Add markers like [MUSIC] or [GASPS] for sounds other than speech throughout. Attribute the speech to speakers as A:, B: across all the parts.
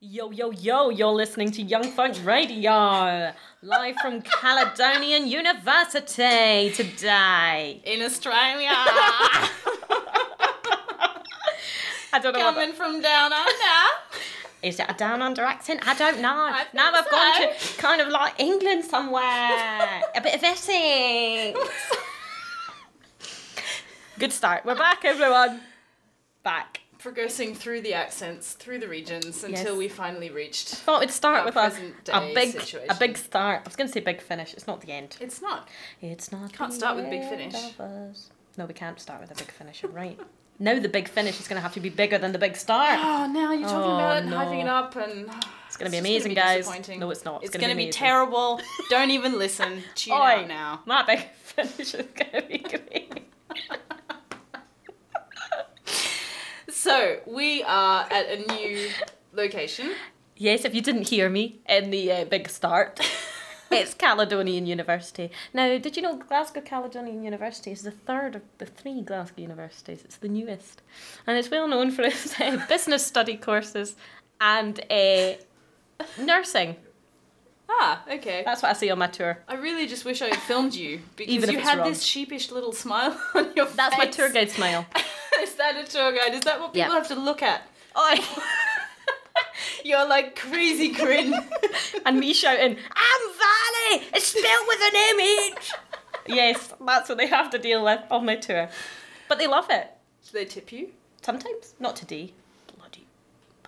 A: Yo, yo, yo, you're listening to Young Funk Radio, live from Caledonian University today.
B: in [LAUGHS] Australia.
A: I don't know what
B: Coming from down under.
A: that, is it a down under accent? I don't know.
B: think
A: now I've gone
B: so.
A: to kind of like England somewhere. a bit of Essex. Good start. We're back, everyone. Back.
B: [LAUGHS] Progressing through the accents, through the regions, until
A: Yes.
B: we finally reached.
A: Thought we'd start
B: Our
A: with a,
B: present
A: a
B: day
A: big a
B: situation.
A: big start. I was gonna say big finish, it's not the end.
B: It's not.
A: It's not.
B: Can't
A: the
B: start with a big
A: end
B: finish.
A: of us. No, we can't start with a big finish. You're right. now the big finish is going to have to be bigger than the big start.
B: Oh, now you're talking
A: Oh,
B: about it and
A: no.
B: hyping it up, and [SIGHS]
A: It's going to be
B: just
A: amazing,
B: gonna be
A: guys.
B: disappointing.
A: No, it's not.
B: It's,
A: It's,
B: going to be,
A: amazing.
B: terrible. Don't even [LAUGHS] listen.
A: [GASPS]
B: Tune
A: Oi,
B: out now.
A: My big [LAUGHS] finish is going to be great.
B: So we are at a new [LAUGHS] location.
A: yes, if you didn't hear me in the uh, big start. [LAUGHS] It's Caledonian University. Now, did you know Glasgow Caledonian University is the third of the three Glasgow universities? It's the newest. And it's well known for its uh, business study courses and uh, nursing.
B: Ah, okay.
A: That's what I see on my tour.
B: I really just wish I had filmed you because
A: Even if
B: you
A: it's
B: had
A: wrong.
B: this sheepish little smile [LAUGHS] on your
A: That's my
B: face.
A: tour guide smile.
B: [LAUGHS] Is that a tour guide? Is that what
A: Yeah.
B: people have to look at? [LAUGHS]
A: Oi.
B: You're like crazy grin. [LAUGHS]
A: and me shouting, I'm Valley! It's spelled with an MH! yes, that's what they have to deal with on my tour. But they love it.
B: Do they tip you?
A: Sometimes. Not today. Bloody.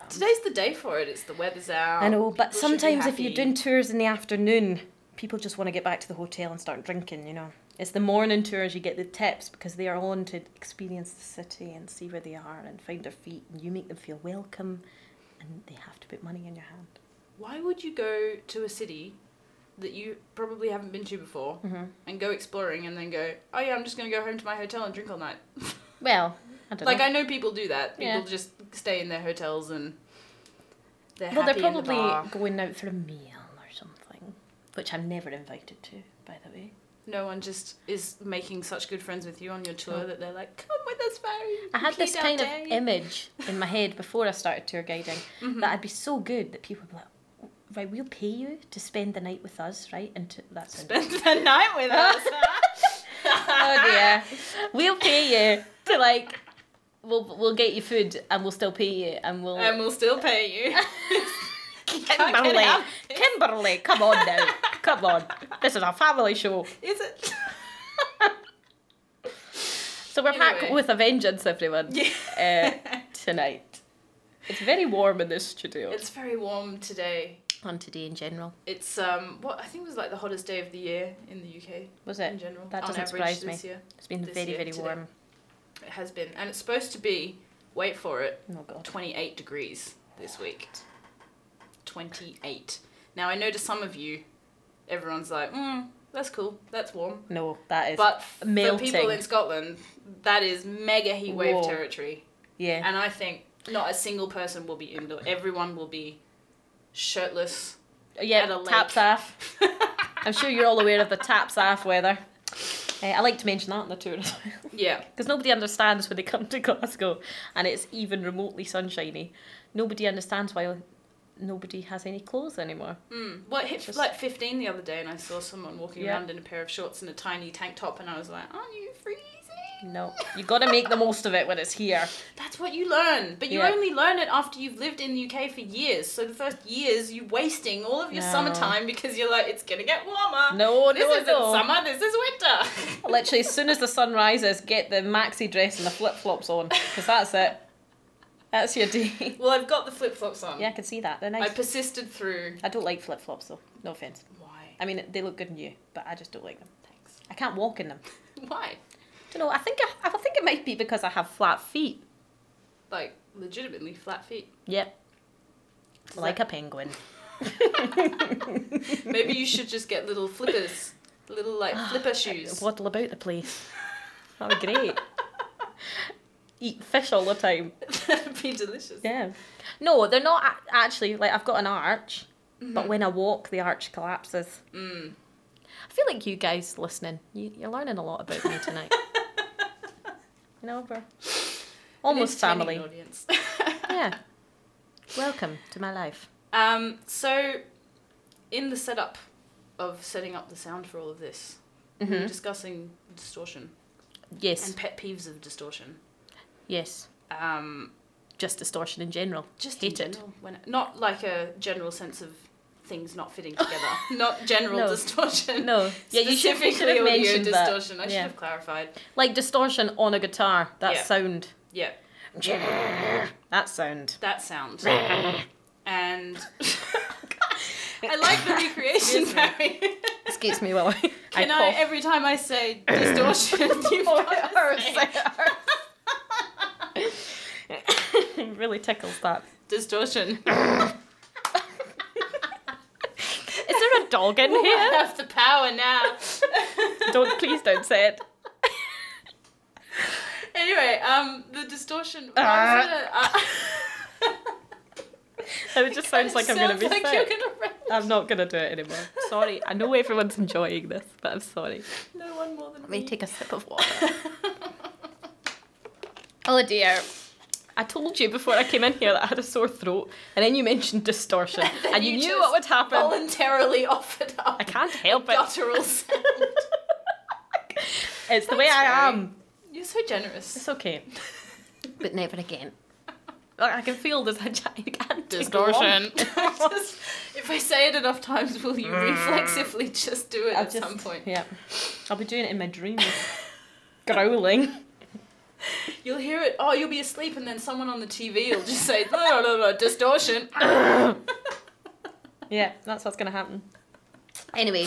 B: Today's the day for it. It's the weather's out.
A: I know, but
B: People should be
A: sometimes if you're
B: happy.
A: doing tours in the afternoon, people just want to get back to the hotel and start drinking, you know. It's the morning tours you get the tips because they are on to experience the city and see where they are and find their feet and you make them feel welcome and they have to put money in your hand.
B: Why would you go to a city that you probably haven't been to before
A: Mm-hmm.
B: and go exploring and then go, oh yeah, I'm just gonna go home to my hotel and drink all night?
A: Well, I don't
B: like
A: know.
B: I know people do that. People
A: Yeah.
B: just stay in their hotels and they're
A: Well, they're
B: happy in the
A: probably
B: bar.
A: going out for a meal or something, which I'm never invited to, by the way.
B: No one just is making such good friends with you on your tour that they're like, come with us, Barry.
A: I had
B: Complete
A: this
B: our
A: kind of
B: day." Mm-hmm.
A: image in my head before I started tour
B: [LAUGHS]
A: guiding that I'd be so good that people would be like, "Oh, right, we'll pay you to spend the night with us, right? And to, that's
B: spend the night with us.
A: [LAUGHS] oh dear,
B: [LAUGHS]
A: we'll pay you to like, we'll we'll get you food and we'll still pay you and we'll.
B: and we'll
A: [LAUGHS]
B: still pay you. Um, [LAUGHS] Can't get
A: Kimberly,
B: out.
A: Kimberly, come on now, come on. This is a family show.
B: Is it? [LAUGHS]
A: So we're back
B: Anyway.
A: with a vengeance, everyone.
B: Yeah.
A: Uh, tonight. It's very warm in this studio.
B: It's very warm today.
A: on today in general,
B: It's um what I think was like the hottest day of the year in the UK
A: was
B: in
A: it?
B: general.
A: That
B: on
A: doesn't
B: average
A: surprise
B: this
A: me.
B: year.
A: It's been
B: This
A: very,
B: year,
A: very
B: today.
A: warm.
B: It has been, and it's supposed to be. Wait for it.
A: Oh god.
B: 28 degrees this week. 28. Now I know to some of you, everyone's like, mm, that's cool, that's warm.
A: No, that is.
B: But for people
A: melting.
B: in Scotland, that is mega heat wave
A: Whoa.
B: territory.
A: yeah.
B: And I think not a single person will be indoor. Everyone will be shirtless. at
A: Oh, yeah,
B: a lake.
A: taps off.
B: [LAUGHS]
A: I'm sure you're all aware of the taps off weather. Uh, I like to mention that on the tour as well. [LAUGHS]
B: yeah.
A: Because nobody understands when they come to Glasgow and it's even remotely sunshiny. Nobody understands why nobody has any clothes anymore.
B: Mm. Well, it hit
A: Just-
B: like 15 the other day, and I saw someone walking
A: Yeah.
B: around in a pair of shorts and a tiny tank top, and I was like, aren't you freezing?
A: No. you got to make the most of it when it's here.
B: That's what you learn, but you
A: Yeah.
B: only learn it after you've lived in the UK for years. So the first years, you're wasting all of your
A: No.
B: summertime because you're like, it's gonna get warmer.
A: No,
B: this
A: no,
B: isn't
A: no.
B: summer. This is
A: [LAUGHS]
B: winter.
A: Literally, as soon as the sun rises, get the maxi dress and the flip flops on, because that's it. That's your day. [LAUGHS]
B: [LAUGHS] well, I've got the flip flops on.
A: Yeah, I can see that. They're
B: I
A: nice.
B: persisted through.
A: I don't like flip flops though. No offense.
B: Why?
A: I mean, they look good on you, but I just don't like them.
B: Thanks.
A: I can't walk in them.
B: Why?
A: Don't know. I think I, I think it might be because I have flat feet.
B: Like legitimately flat feet.
A: Yep.
B: Does
A: Like
B: that-
A: a [LAUGHS] penguin.
B: Maybe you should just get little flippers, little
A: [SIGHS]
B: like flipper shoes. [LAUGHS]
A: Waddle about the place. That'd be Oh, great. Eat fish all the time.
B: That'd be delicious.
A: Yeah. No, they're not a- actually like I've got an arch, but when I walk, the arch collapses.
B: Mm.
A: I feel like you guys listening, you, you're learning a lot about me
B: [LAUGHS]
A: tonight. you know, we're almost
B: Entertaining [LAUGHS]
A: family.
B: Audience.
A: Yeah. Welcome to my life.
B: Um, so, in the setup of setting up the sound for all of this, we were
A: Mhm.
B: discussing distortion
A: Yes,
B: and pet peeves of distortion.
A: yes.
B: Um,
A: Just distortion in
B: [LAUGHS]
A: general.
B: just
A: Hate
B: in
A: it.
B: general, when not like a general sense of things not
A: [LAUGHS]
B: fitting together, not general
A: No.
B: distortion.
A: No, yeah, you should, you should
B: Specifically
A: have
B: audio
A: mentioned that.
B: distortion. I should
A: Yeah.
B: have clarified.
A: Like distortion on a guitar. That
B: Yeah.
A: sound.
B: Yeah,
A: That
B: [LAUGHS]
A: sound.
B: that sound.
A: [LAUGHS]
B: and [LAUGHS] I like the recreation,
A: Excuse me.
B: Barry.
A: Excuse me, Willow.
B: Can I, every time I say
A: [LAUGHS]
B: distortion, you
A: Oh,
B: gotta say
A: [LAUGHS] It really tickles that.
B: [LAUGHS] distortion?
A: Is there a dog in
B: Ooh, I
A: here?
B: have the power now. [LAUGHS]
A: Don't please don't say it.
B: Anyway, um, the distortion.
A: Ah.
B: I was gonna-
A: [LAUGHS] It just sounds like I'm gonna be
B: Sounds like
A: sick.
B: uh,
A: Um,
B: you're gonna rant.
A: I'm not gonna do it anymore. Sorry. I know everyone's enjoying this, but I'm sorry.
B: No one more than
A: Let me take a sip of water. oh dear. I told you before I came in here that I had a sore throat, and then you mentioned distortion,
B: Then
A: and you,
B: you
A: knew
B: just
A: what would happen.
B: voluntarily offered up.
A: I can't
B: [LAUGHS]
A: help it.
B: Guttural sound.
A: [LAUGHS] It's the way
B: Thanks,
A: I
B: Mary.
A: am.
B: You're so generous.
A: It's okay. But never again. Like, I can feel this [LAUGHS] gigantic [LAUGHS] lump.
B: I just, if I say it enough times, will you reflexively just do it
A: I'll
B: at
A: just-
B: some point?
A: Yeah. I'll be doing it in my dreams. [LAUGHS] Growling.
B: You'll hear it. Oh, you'll be asleep, and then someone on the TV will just say, "No, no, no, no, distortion."
A: Yeah, that's what's going to happen. Anyway,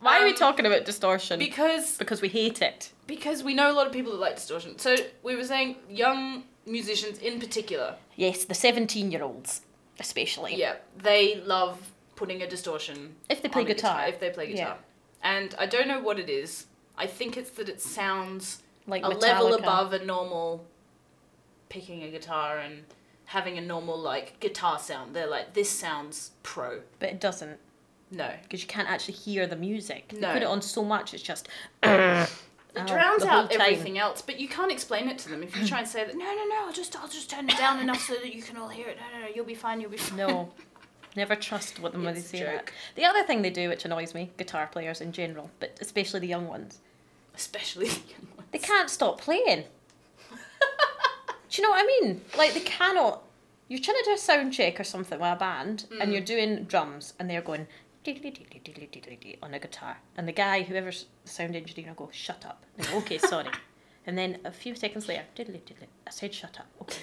A: why are we
B: Um,
A: talking about distortion?
B: Because
A: because we hate it.
B: because we know a lot of people that like distortion. So we were saying young musicians in particular.
A: Yes, the 17 year olds, especially.
B: Yeah, they love putting a distortion
A: If they play
B: on a
A: guitar.
B: If they play
A: Yeah.
B: guitar, and I don't know what it is. I think it's that it sounds
A: Like
B: a level
A: Metallica.
B: above a normal picking a guitar and having a normal like guitar sound. They're like this sounds pro.
A: But it doesn't,
B: No,
A: because you can't actually hear the music. They
B: No.
A: put it on so much, it's [COUGHS] just.
B: it
A: Oh,
B: drowns
A: the whole
B: out
A: time.
B: everything else. But you can't explain it to them if you try and say that. No, no, no. I'll just I'll just turn it down enough so that you can all hear it. No, no, no. You'll be fine. You'll be fine.
A: No. [LAUGHS] Never trust what them when they
B: It's a
A: say
B: joke.
A: that. The other thing they do, which annoys me, guitar players in general, but especially the young ones,
B: Especially [LAUGHS] the young ones.
A: they can't stop playing. do you know what I mean? Like they cannot. You're trying to do a sound check or something with a band, and you're doing drums, and they're going on a guitar, and the guy, whoever's the sound engineer, will go shut up. They go, okay, sorry, and then a few seconds later, diddly diddly, I said shut up. Okay.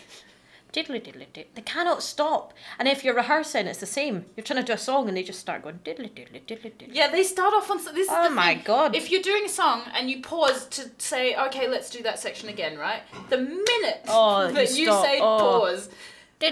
A: Diddly diddly diddly. They cannot stop. And if you're rehearsing, it's the same. You're trying to do a song and they just start going diddly diddly diddly diddly.
B: Yeah, they start off on so this.
A: Oh
B: is the
A: my
B: thing.
A: God.
B: If you're doing a song and you pause to say, "Okay, let's do that section again," right? The minute
A: Oh, you
B: [LAUGHS] that you,
A: stop.
B: say
A: Oh.
B: pause, one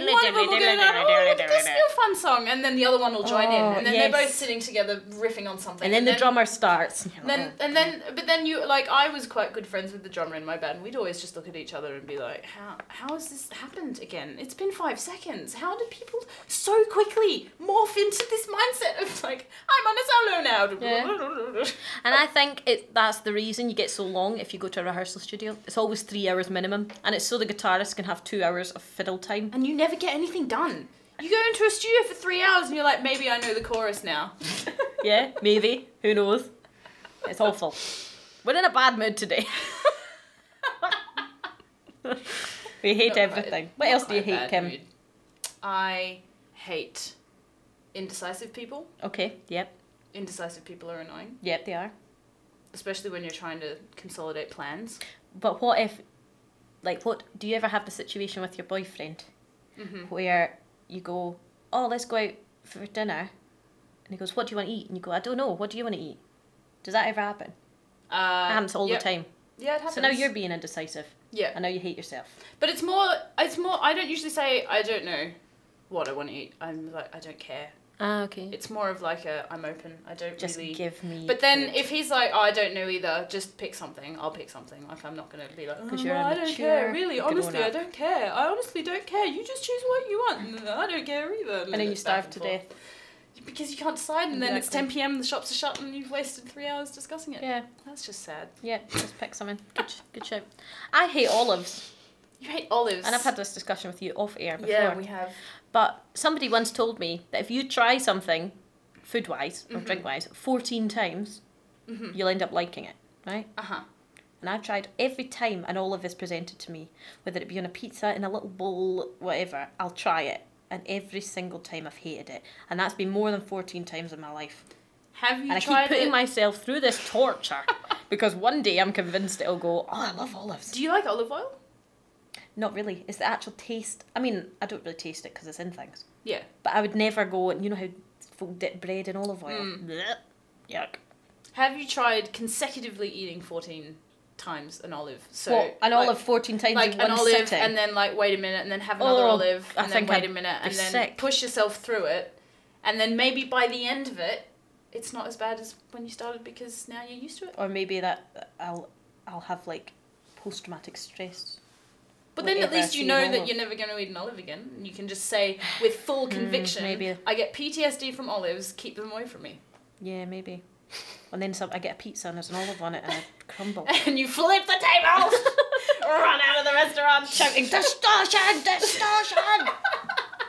A: Diddly
B: of them will go, "Oh, look at this new fun song," and then the other one will join
A: Oh,
B: in, and then they're
A: yes.
B: both sitting together riffing on something.
A: And then the drummer starts.
B: Then and then, but then you like I was quite good friends with the drummer in my band. and We'd always just look at each other and be like, "How how has this happened again? It's been five seconds. How did people so quickly morph into this mindset of like I'm on a solo now?"
A: And I think it that's the reason you get so long if you go to a rehearsal studio. It's always three hours minimum, and it's so the guitarist can have two hours of fiddle time.
B: And you never get anything done. You go into a studio for three hours and you're like, maybe I know the chorus now.
A: [LAUGHS] Yeah, maybe. Who knows? It's awful. We're in a bad mood today. we hate
B: Not quite-
A: everything. what
B: not
A: else do you
B: quite
A: hate,
B: bad
A: Kim?
B: mood. I hate indecisive people.
A: Okay. Yep.
B: Indecisive people are annoying.
A: Yep, they are.
B: especially when you're trying to consolidate plans.
A: But what if, like, what do you ever have the situation with your boyfriend Mm-hmm. where you go, oh, let's go out for dinner, and he goes, what do you want to eat? And you go, I don't know. What do you want to eat? Does that ever happen?
B: Uh,
A: It happens all
B: yep.
A: the time.
B: Yeah, it happens.
A: So now you're being indecisive.
B: yeah,
A: I know you hate yourself.
B: but it's more. It's more. I don't usually say I don't know what I want to eat. I'm like I don't care.
A: Ah, okay.
B: It's more of like a I'm open. I don't
A: Just
B: really.
A: give me.
B: but then if he's like oh, I don't know either, just pick something. I'll pick something. Like I'm not gonna be like oh,
A: 'Cause you're a
B: well, I don't care.
A: mature
B: Really,
A: grown
B: honestly, I
A: up.
B: don't care. I honestly don't care. You just choose what you want. and I don't care either.
A: and then you
B: it's
A: starve
B: back and
A: to
B: forth.
A: death.
B: because you can't decide, and then it's
A: Exactly.
B: 10 p.m. The shops are shut, and you've wasted three hours discussing it.
A: Yeah,
B: That's just sad.
A: yeah. Just pick something. Good, sh- good shout. I hate olives,
B: You hate olives.
A: and I've had this discussion with you off air before.
B: Yeah, we have.
A: But somebody once told me that if you try something, food wise or
B: Mhm.
A: drink wise, 14 times,
B: Mm-hmm.
A: you'll end up liking it, right?
B: Uh huh.
A: And I've tried every time an olive is presented to me, whether it be on a pizza, in a little bowl, whatever, I'll try it. And every single time I've hated it. And that's been more than 14 times in my life.
B: Have you
A: and I
B: tried
A: keep putting
B: the-
A: myself through this
B: [LAUGHS]
A: torture because one day I'm convinced it'll go, oh, I love olives.
B: Do you like olive oil?
A: Not really. It's the actual taste. I mean, I don't really taste it because it's in things.
B: Yeah.
A: But I would never go and you know how folk dip bread in olive oil.
B: Mm.
A: Blech. Yuck.
B: Have you tried consecutively eating 14 times an olive? So
A: well, an
B: like-
A: olive fourteen times
B: like
A: in
B: an
A: one
B: olive
A: sitting.
B: and then like wait a minute and then have another
A: Oh,
B: olive
A: I
B: and then
A: think
B: wait
A: I'd
B: a minute
A: be
B: and then
A: sick.
B: push yourself through it and then maybe by the end of it it's not as bad as when you started because now you're used to it
A: or maybe that I'll I'll have like post traumatic stress.
B: but then at
A: Whatever,
B: least you
A: see
B: know
A: an
B: that
A: olive.
B: you're never going to eat an olive again and you can just say with full
A: Hmm,
B: conviction
A: maybe.
B: i get ptsd from olives keep them away from me
A: Yeah, maybe. [LAUGHS] And then some, I get a pizza and there's an olive on it and I crumble.
B: and you flip the [LAUGHS] table run out of the
A: [LAUGHS]
B: restaurant
A: Shouting distortion, distortion.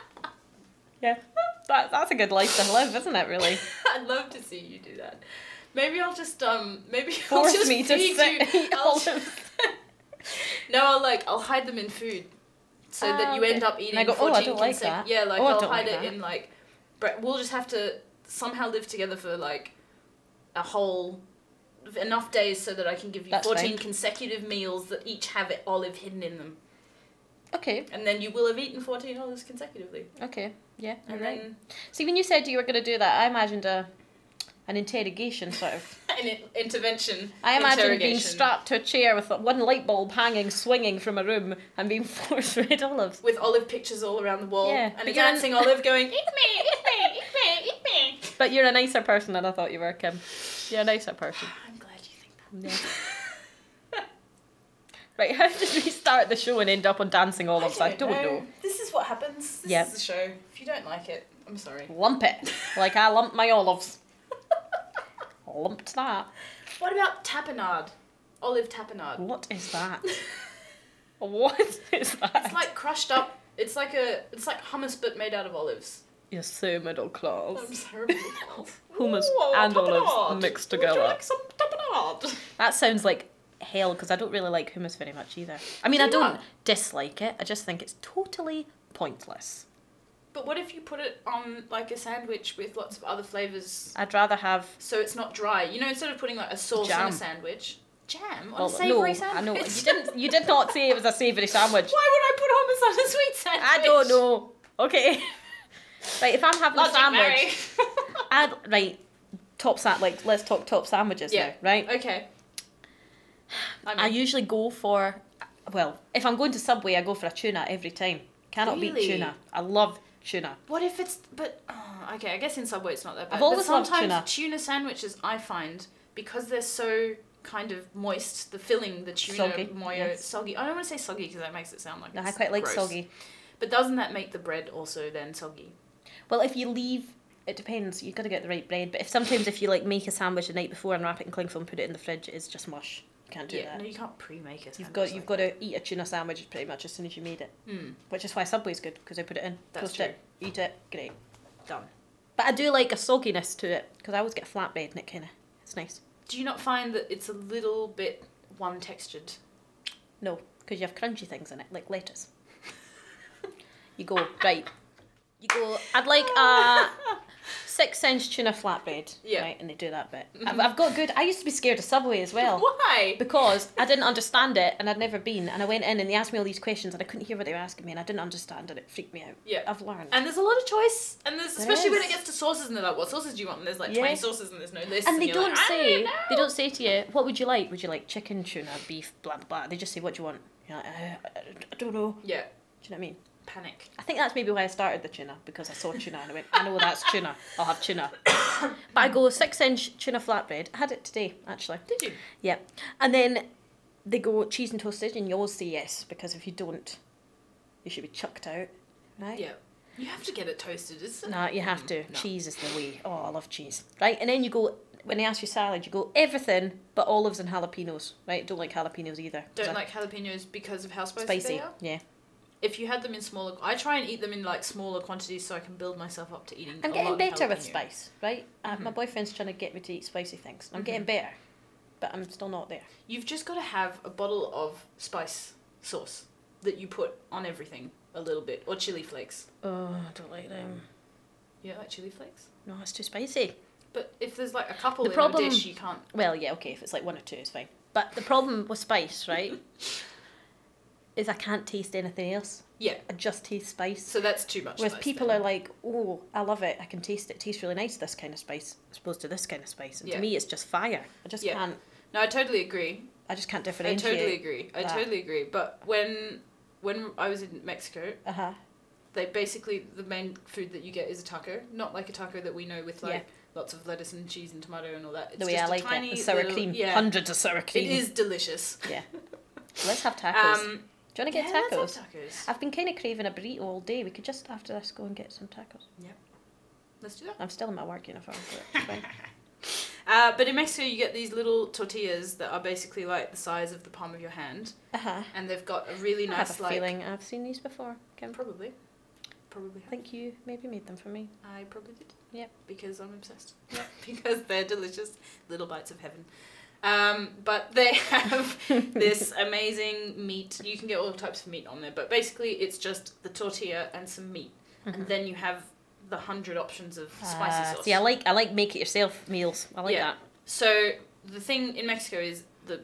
A: [LAUGHS] yeah, that, that's a good life to live, isn't it? [LAUGHS] Really.
B: [LAUGHS] I'd love to see you do that. Maybe I'll just um maybe [LAUGHS] I'll
A: Force
B: just
A: me to
B: feed
A: sit [LAUGHS]
B: you.
A: eat
B: I'll-
A: olives.
B: no, I'll like I'll hide them in food so that
A: Ah,
B: you
A: okay.
B: end up
A: And
B: eating.
A: I go, "Oh, I
B: 14
A: don't like
B: consecu-
A: that.
B: Yeah, like
A: Oh, I
B: I'll
A: don't
B: hide
A: like
B: it
A: that."
B: in like. bre- We'll just have to somehow live together for like a whole enough days so that I can give you
A: That's
B: 14
A: fine.
B: consecutive meals that each have it olive hidden in them,
A: Okay,
B: and then you will have eaten 14 olives consecutively.
A: okay, yeah, you're
B: And
A: right.
B: then
A: See, when you said you were going to do that, I imagined a an interrogation sort of.
B: [LAUGHS] an in- intervention.
A: I imagined being
B: interrogation
A: strapped to a chair with one light bulb hanging, swinging from a room, and being [LAUGHS] forced red olives.
B: with olive pictures all around the wall
A: Yeah,
B: and a
A: but you're in-
B: dancing olive going, "Eh, eat me, eat me, eat me, eat me.
A: But you're a nicer person than I thought you were, Kim. You're a nicer person.
B: I'm glad you think that.
A: Yeah.
B: [LAUGHS]
A: right, how did we start the show and end up on dancing olives? I don't, know.
B: This is what happens. This
A: Yep.
B: is the show. If you don't like it, I'm sorry.
A: Lump it, like I lumped my olives. Lumped that.
B: [LAUGHS] What about tapenade? Olive tapenade.
A: What is that? What is that?
B: [LAUGHS] It's like crushed up. It's like a. It's like hummus, but made out of olives. [LAUGHS]
A: You're so middle class.
B: I'm terrible.
A: Hummus and olives mixed
B: Would you
A: together.
B: like some tapenade?
A: That sounds like hell because I don't really like hummus very much either. I mean,
B: Do
A: I
B: you
A: don't
B: not?
A: dislike it. I just think it's totally pointless.
B: But what if you put it on like a sandwich with lots of other flavors?
A: I'd rather have.
B: so it's not dry. You know, instead of putting like a sauce on
A: Jam.
B: a sandwich, jam on
A: well,
B: a savoury
A: Oh, no, I
B: sandwich.
A: know
B: [LAUGHS]
A: you didn't. You did not say it was a savoury sandwich.
B: Why would I put hummus on a sweet sandwich?
A: I don't know. Okay. right, if I'm having
B: Logic,
A: a sandwich,
B: Mary.
A: I'd right. Top sa- like let's talk top sandwiches
B: Yeah.
A: now, right?
B: [LAUGHS] okay. I mean,
A: I usually go for, well, if I'm going to Subway, I go for a tuna every time. Cannot beat
B: Really?
A: tuna. I love tuna.
B: what if it's but oh, okay? I guess in Subway it's not that bad.
A: I've always
B: but
A: loved
B: sometimes tuna sandwiches I find because they're so kind of moist, the filling, the tuna
A: Soggy,
B: moyo,
A: yes.
B: soggy. I don't want to say soggy because that makes it sound like
A: No, I
B: it's
A: quite like
B: gross.
A: soggy.
B: But doesn't that make the bread also then soggy?
A: Well, if you leave, it depends. You've got to get the right bread. But if sometimes if you like make a sandwich the night before and wrap it in cling film, put it in the fridge, it's just mush. You can't do
B: yeah,
A: that.
B: no, you can't pre-make it.
A: You've got you've got to eat a tuna sandwich pretty much as soon as you made it,
B: Mm,
A: which is why Subway's good because they put it in,
B: That's
A: toast it, eat it, great,
B: done.
A: But I do like a sogginess to it because I always get flatbread and it kind of it's nice.
B: Do you not find that it's a little bit one [LAUGHS] textured?
A: No, because you have crunchy things in it like
B: [LAUGHS]
A: lettuce. you go right. You go. I'd like a
B: [LAUGHS]
A: six inch tuna flatbread.
B: Yeah.
A: Right, and they do that
B: [LAUGHS]
A: bit. I've, I've got good. I used to be scared of Subway as well.
B: Why?
A: because I didn't understand it and I'd never been and I went in and they asked me all these questions and I couldn't hear what they were asking me and I didn't understand and it freaked me out.
B: Yeah.
A: I've learned.
B: And there's a lot of choice, and there's
A: There
B: especially when
A: is.
B: it gets to sauces, and they're like, "What sauces do you want?" And there's like
A: Yeah.
B: 20 sauces, and there's no list.
A: And they
B: you're
A: don't
B: like, "I
A: say
B: know."
A: they don't say to you what would you like? Would you like chicken, tuna, beef, blah blah blah. They just say what do you want. You're like, uh, I don't know. Do you
B: Yeah,
A: know what I mean?
B: panic.
A: I think that's maybe why I started the tuna because I saw tuna and I went, I know that's tuna. I'll have tuna. [COUGHS] but I go six inch tuna flatbread. I had it today actually.
B: Did you?
A: Yeah, and then they go cheese and toasted, and you always say yes because if you don't, you should be chucked out, right?
B: Yeah. You have to get it toasted, isn't it?
A: No, you have
B: Mm,
A: to.
B: no.
A: Cheese is the way. Oh, I love cheese. Right, and then you go when they ask you salad, you go everything but olives and jalapenos. Right, don't like jalapenos either. 'cause
B: Don't
A: I-
B: like jalapenos because of how spicy,
A: spicy.
B: they are.
A: Yeah,
B: if you had them in smaller, I try and eat them in like smaller quantities so I can build myself up to eating.
A: I'm
B: a
A: getting
B: lot of
A: better with
B: jalapeno.
A: spice, right? Uh, my
B: Mhm.
A: boyfriend's trying to get me to eat spicy things. I'm getting
B: Mhm.
A: better, but I'm still not there.
B: You've just got to have a bottle of spice sauce that you put on everything a little bit, or chili flakes.
A: Oh, I don't like them.
B: You know, like chili flakes.
A: No, it's too spicy.
B: But if there's like a couple
A: The
B: in
A: problem-
B: a dish, you can't.
A: Well, yeah, okay, if it's like one or two, it's fine. But the problem with spice, right,
B: [LAUGHS]
A: is I can't taste anything else.
B: Yeah.
A: I just taste spice.
B: So that's too much.
A: Whereas
B: spice
A: people
B: then.
A: are like, oh, I love it. I can taste it. It tastes really nice, this kind of spice, as opposed to this kind of spice. And
B: Yeah.
A: to me, it's just fire. I just
B: Yeah.
A: can't.
B: No, I totally agree.
A: I just can't
B: I
A: differentiate.
B: totally agree. I
A: that.
B: totally agree. But when when I was in Mexico,
A: Uh huh.
B: they basically the main food that you get is a taco, not like a taco that we know with like lots of lettuce and cheese and tomato and all that. It's
A: The way
B: just
A: I
B: a
A: like
B: tiny
A: it. The sour
B: little-
A: cream.
B: Yeah,
A: Hundreds of sour
B: it
A: cream.
B: is delicious.
A: Let's have tacos.
B: Um,
A: Do you want to get
B: yeah,
A: tacos?
B: let's have tacos.
A: I've been kind of craving a burrito all day. We could just after this go and get some tacos.
B: Let's do that.
A: I'm still in my work uniform, but it's
B: [LAUGHS]
A: fine.
B: Uh, but in Mexico, you get these little tortillas that are basically like the size of the palm of your hand,
A: Uh huh.
B: and they've got a really
A: I have
B: nice
A: a
B: like
A: feeling I've seen these before. Kim,
B: probably, probably.
A: I think you maybe made them for me.
B: I probably did.
A: Yep.
B: Because I'm obsessed. Yep. [LAUGHS] because they're delicious little bites of heaven. Um, but they
A: [LAUGHS]
B: [LAUGHS] have this amazing meat. You can get all types of meat on there, but basically it's just the tortilla and some meat, and then you have the hundred options of Mm-hmm. spicy
A: Mm-hmm. Ah,
B: sauce.
A: See, I like I like make it yourself meals. I like
B: Yeah. so the thing in Mexico is the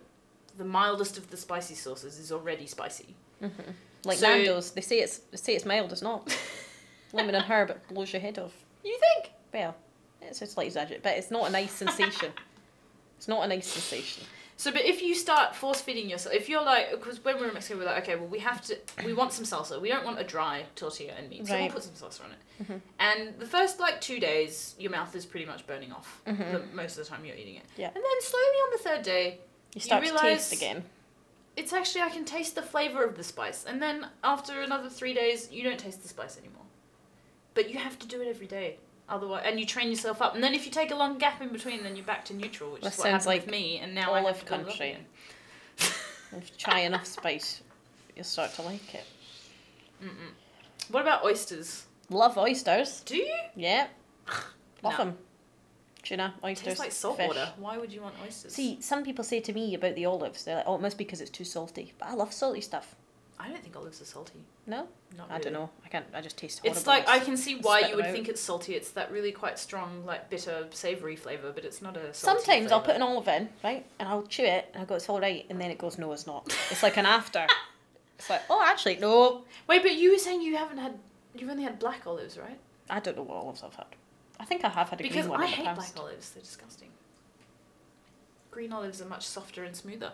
B: the mildest of the spicy sauces is already spicy.
A: that. hmm Like
B: So-
A: Nando's, they say it's they say it's mild. It's
B: [LAUGHS]
A: not. Lemon and herb it blows your head off.
B: You think?
A: Well, it's a slight exaggeration, but it's not a nice sensation. it's not a nice sensation.
B: So, but if you start force feeding yourself, if you're like, because when we were in Mexico, we were like, okay, well, we have to, we want some salsa. We don't want a dry tortilla and meat, so we'll
A: Right.
B: put some salsa on it.
A: Mhm.
B: And the first like two days, your mouth is pretty much burning off.
A: Mhm.
B: The, most of the time, you're eating it.
A: Yeah.
B: And then slowly on the third day,
A: You start to
B: realise-
A: taste again.
B: it's actually I can taste the flavor of the spice. And then after another three days, you don't taste the spice anymore. But you have to do it every day. Otherwise, and you train yourself up, and then if you take a long gap in between, then you're back to neutral, which
A: That
B: is what happened
A: sounds
B: like
A: like
B: with me. And now I
A: olive
B: have to build it up
A: country.
B: [LAUGHS] again.
A: If you try enough spice, you'll start to like it.
B: Mm-mm. What about oysters?
A: Love oysters.
B: Do you?
A: Yeah. Love
B: No.
A: them. Tuna,
B: It
A: oysters.
B: tastes like salt
A: fish.
B: water. Why would you want oysters?
A: See, some people say to me about the olives, they're like, oh, it must be because it's too salty. But I love salty stuff.
B: I don't think olives are salty.
A: No?
B: Not
A: I don't
B: really.
A: know. I can't, I just taste
B: It's like I
A: horribleness.
B: can see why
A: Spit
B: you would
A: them out.
B: think it's salty. It's that really quite strong, like bitter, savory flavor, but it's not a. Salty
A: Sometimes I'll put
B: flavour.
A: an olive in, right? And I'll chew it and I go, it's all right. And then it goes, no, it's not. It's like an after.
B: [LAUGHS]
A: it's like, oh, actually, no.
B: Wait, but you were saying you haven't had. You've only had black olives, right?
A: I don't know what olives I've had. I think I have had a
B: Because
A: green one
B: I
A: in the
B: hate
A: past.
B: black olives. They're disgusting. Green olives are much softer and smoother.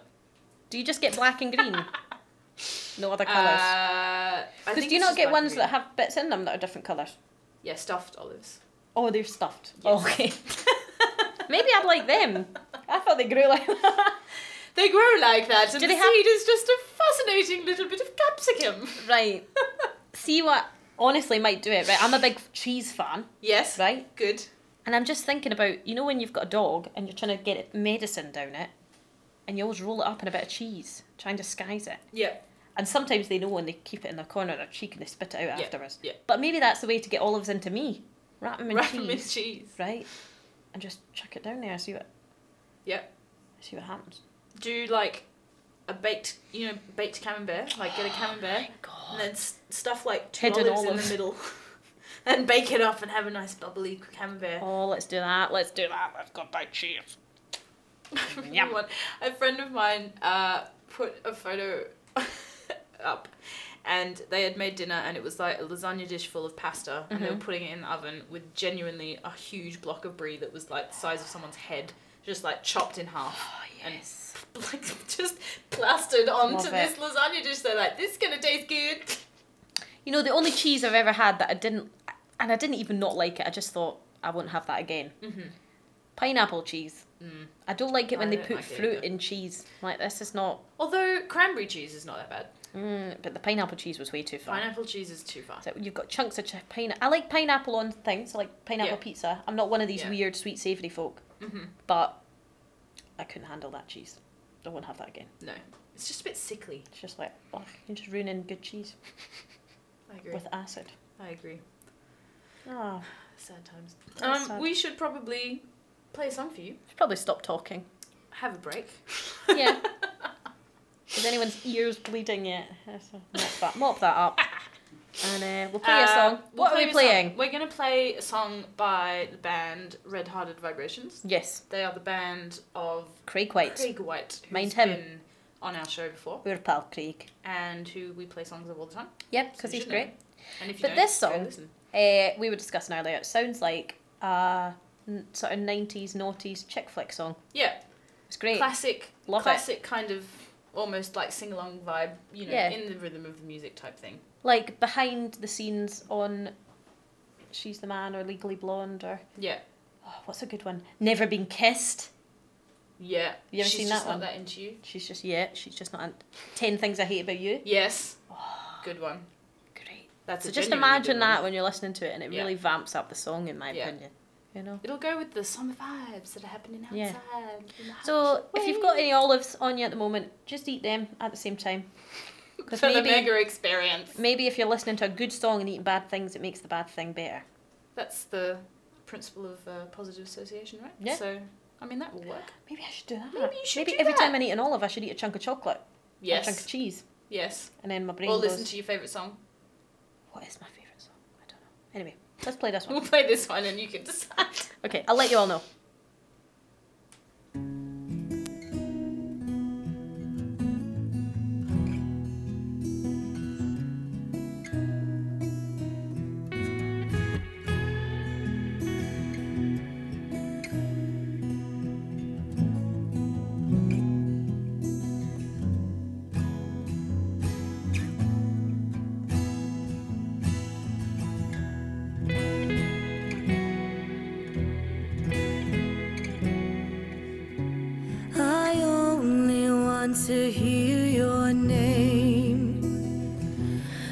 A: Do you just get black and green?
B: [LAUGHS]
A: no other colours?
B: Uh, I
A: Because
B: think
A: do you
B: it's
A: not
B: just
A: get
B: black and
A: ones
B: green.
A: that have bits in them that are different colours?
B: Yeah, stuffed olives.
A: Oh, they're stuffed.
B: Yes.
A: Okay. [LAUGHS] Maybe I'd like them.
B: [LAUGHS]
A: I thought they grew like that.
B: They grow like that,
A: Do
B: and the
A: they have-
B: seed is just a fascinating little bit of capsicum.
A: Right. [LAUGHS] See what honestly might do it, right? I'm a big cheese fan,
B: Yes.
A: right?
B: Good.
A: And I'm just thinking about, you know, when you've got a dog and you're trying to get it medicine down it, and you always roll it up in a bit of cheese, try and disguise it.
B: Yeah.
A: And sometimes they know and they keep it in the corner of their cheek and they spit it out
B: Yeah,
A: afterwards.
B: yeah.
A: But maybe that's the way to get olives into me. Wrap them in
B: Wrap 'em
A: cheese.
B: in cheese.
A: right? And just chuck it down there. See what.
B: Yep.
A: See what happens.
B: Do like a baked, you know, baked camembert. Like get a
A: Oh
B: camembert and then s- stuff like two
A: Hidden
B: olives in
A: olive.
B: the middle, [LAUGHS] and bake it up and have a nice bubbly camembert.
A: Oh, let's do that. Let's do that. Let's go buy cheese.
B: I [LAUGHS] really
A: Oh, Yum.
B: want- a friend of mine uh, put a photo [LAUGHS] up, and they had made dinner, and it was like a lasagna dish full of pasta, and they were
A: Mhm.
B: putting it in the oven with genuinely a huge block of brie that was like the size of someone's head, just like chopped in half.
A: [GASPS]
B: [LAUGHS]
A: Oh
B: yes. like just plastered onto
A: Love
B: this lasagna dish. They're like, this is gonna taste good.
A: You know, the only cheese I've ever had that I didn't, and I didn't even not like it. I just thought I won't have that again.
B: Mm-hmm.
A: Pineapple cheese.
B: Mm.
A: I don't like it when
B: I
A: they
B: don't
A: put
B: like it
A: fruit
B: either.
A: in cheese. Like this is not.
B: Although cranberry cheese is not that bad.
A: Mm, but the pineapple cheese was way too far.
B: Pineapple cheese is too far.
A: So you've got chunks of pineapple. I like pineapple on things. I like pineapple
B: Yeah.
A: pizza. I'm not one of these
B: Yeah.
A: weird sweet savoury folk,
B: Mm-hmm.
A: but I couldn't handle that cheese. I won't have that again.
B: No, It's just a bit sickly.
A: It's just like, oh, you're just ruining good cheese
B: I agree.
A: with acid.
B: I agree. Ah.
A: Oh,
B: Sad times.
A: That's
B: Um,
A: sad.
B: we should probably play some for you.
A: should probably stop
B: [LAUGHS]
A: talking.
B: Have a break.
A: Yeah. Is anyone's ears bleeding yet? That's- Mop that, mop that
B: [LAUGHS]
A: up. And uh, we'll play a
B: Uh,
A: song.
B: we'll
A: what
B: play
A: are we
B: a song.
A: playing?
B: We're gonna play a song by the band Red Hearted Vibrations.
A: Yes,
B: They are the band of
A: Craig White.
B: Craig White, who's
A: Mind him.
B: been on our show before,
A: We're pal Craig.
B: and who we play songs of all the time.
A: Yep,
B: So
A: because
B: you
A: he's
B: should know.
A: great.
B: And if you
A: But
B: don't,
A: this
B: go
A: song-
B: listen.
A: Uh, we were discussing earlier. It sounds like a n- sort of nineties, noughties chick flick song.
B: yeah,
A: It's great.
B: classic,
A: Love it.
B: classic kind of almost like sing along vibe, you know,
A: Yeah.
B: in the rhythm of the music type thing.
A: Like behind the scenes on She's the Man or Legally Blonde or
B: Yeah,
A: oh, what's a good one? Never Been Kissed.
B: yeah.
A: You ever
B: She's
A: seen
B: just
A: that
B: not
A: one?
B: that into you.
A: She's just yeah, she's just not. Ten things I hate about you. [SIGHS]
B: Yes, good one.
A: Great.
B: That's
A: So
B: a
A: just
B: genuinely good
A: imagine
B: one.
A: that when you're listening to it, and it
B: Yeah.
A: really vamps up the song, in my
B: Yeah.
A: opinion. You know.
B: It'll go with the summer vibes that are happening outside.
A: Yeah.
B: in the
A: So if you've got
B: Wait.
A: any olives on you at the moment, just eat them at the same time. Because
B: for the
A: maybe
B: mega experience.
A: maybe if you're listening to a good song and eating bad things, it makes the bad thing better.
B: That's the principle of uh, positive association, right?
A: Yeah.
B: So, I mean, that will work.
A: Maybe I should do that.
B: Maybe you should
A: Maybe
B: do
A: every
B: that.
A: time I eat an olive, I should eat a chunk of chocolate or a chunk of
B: Yes.
A: cheese,
B: Yes.
A: and then my brain
B: Or
A: goes,
B: listen to your favourite song. [LAUGHS]
A: "What is my favorite song? I don't know." Anyway, let's play this
B: We'll
A: one.
B: play this one and you can decide.
A: [LAUGHS] Okay, I'll let you all know.
C: I only want to hear your name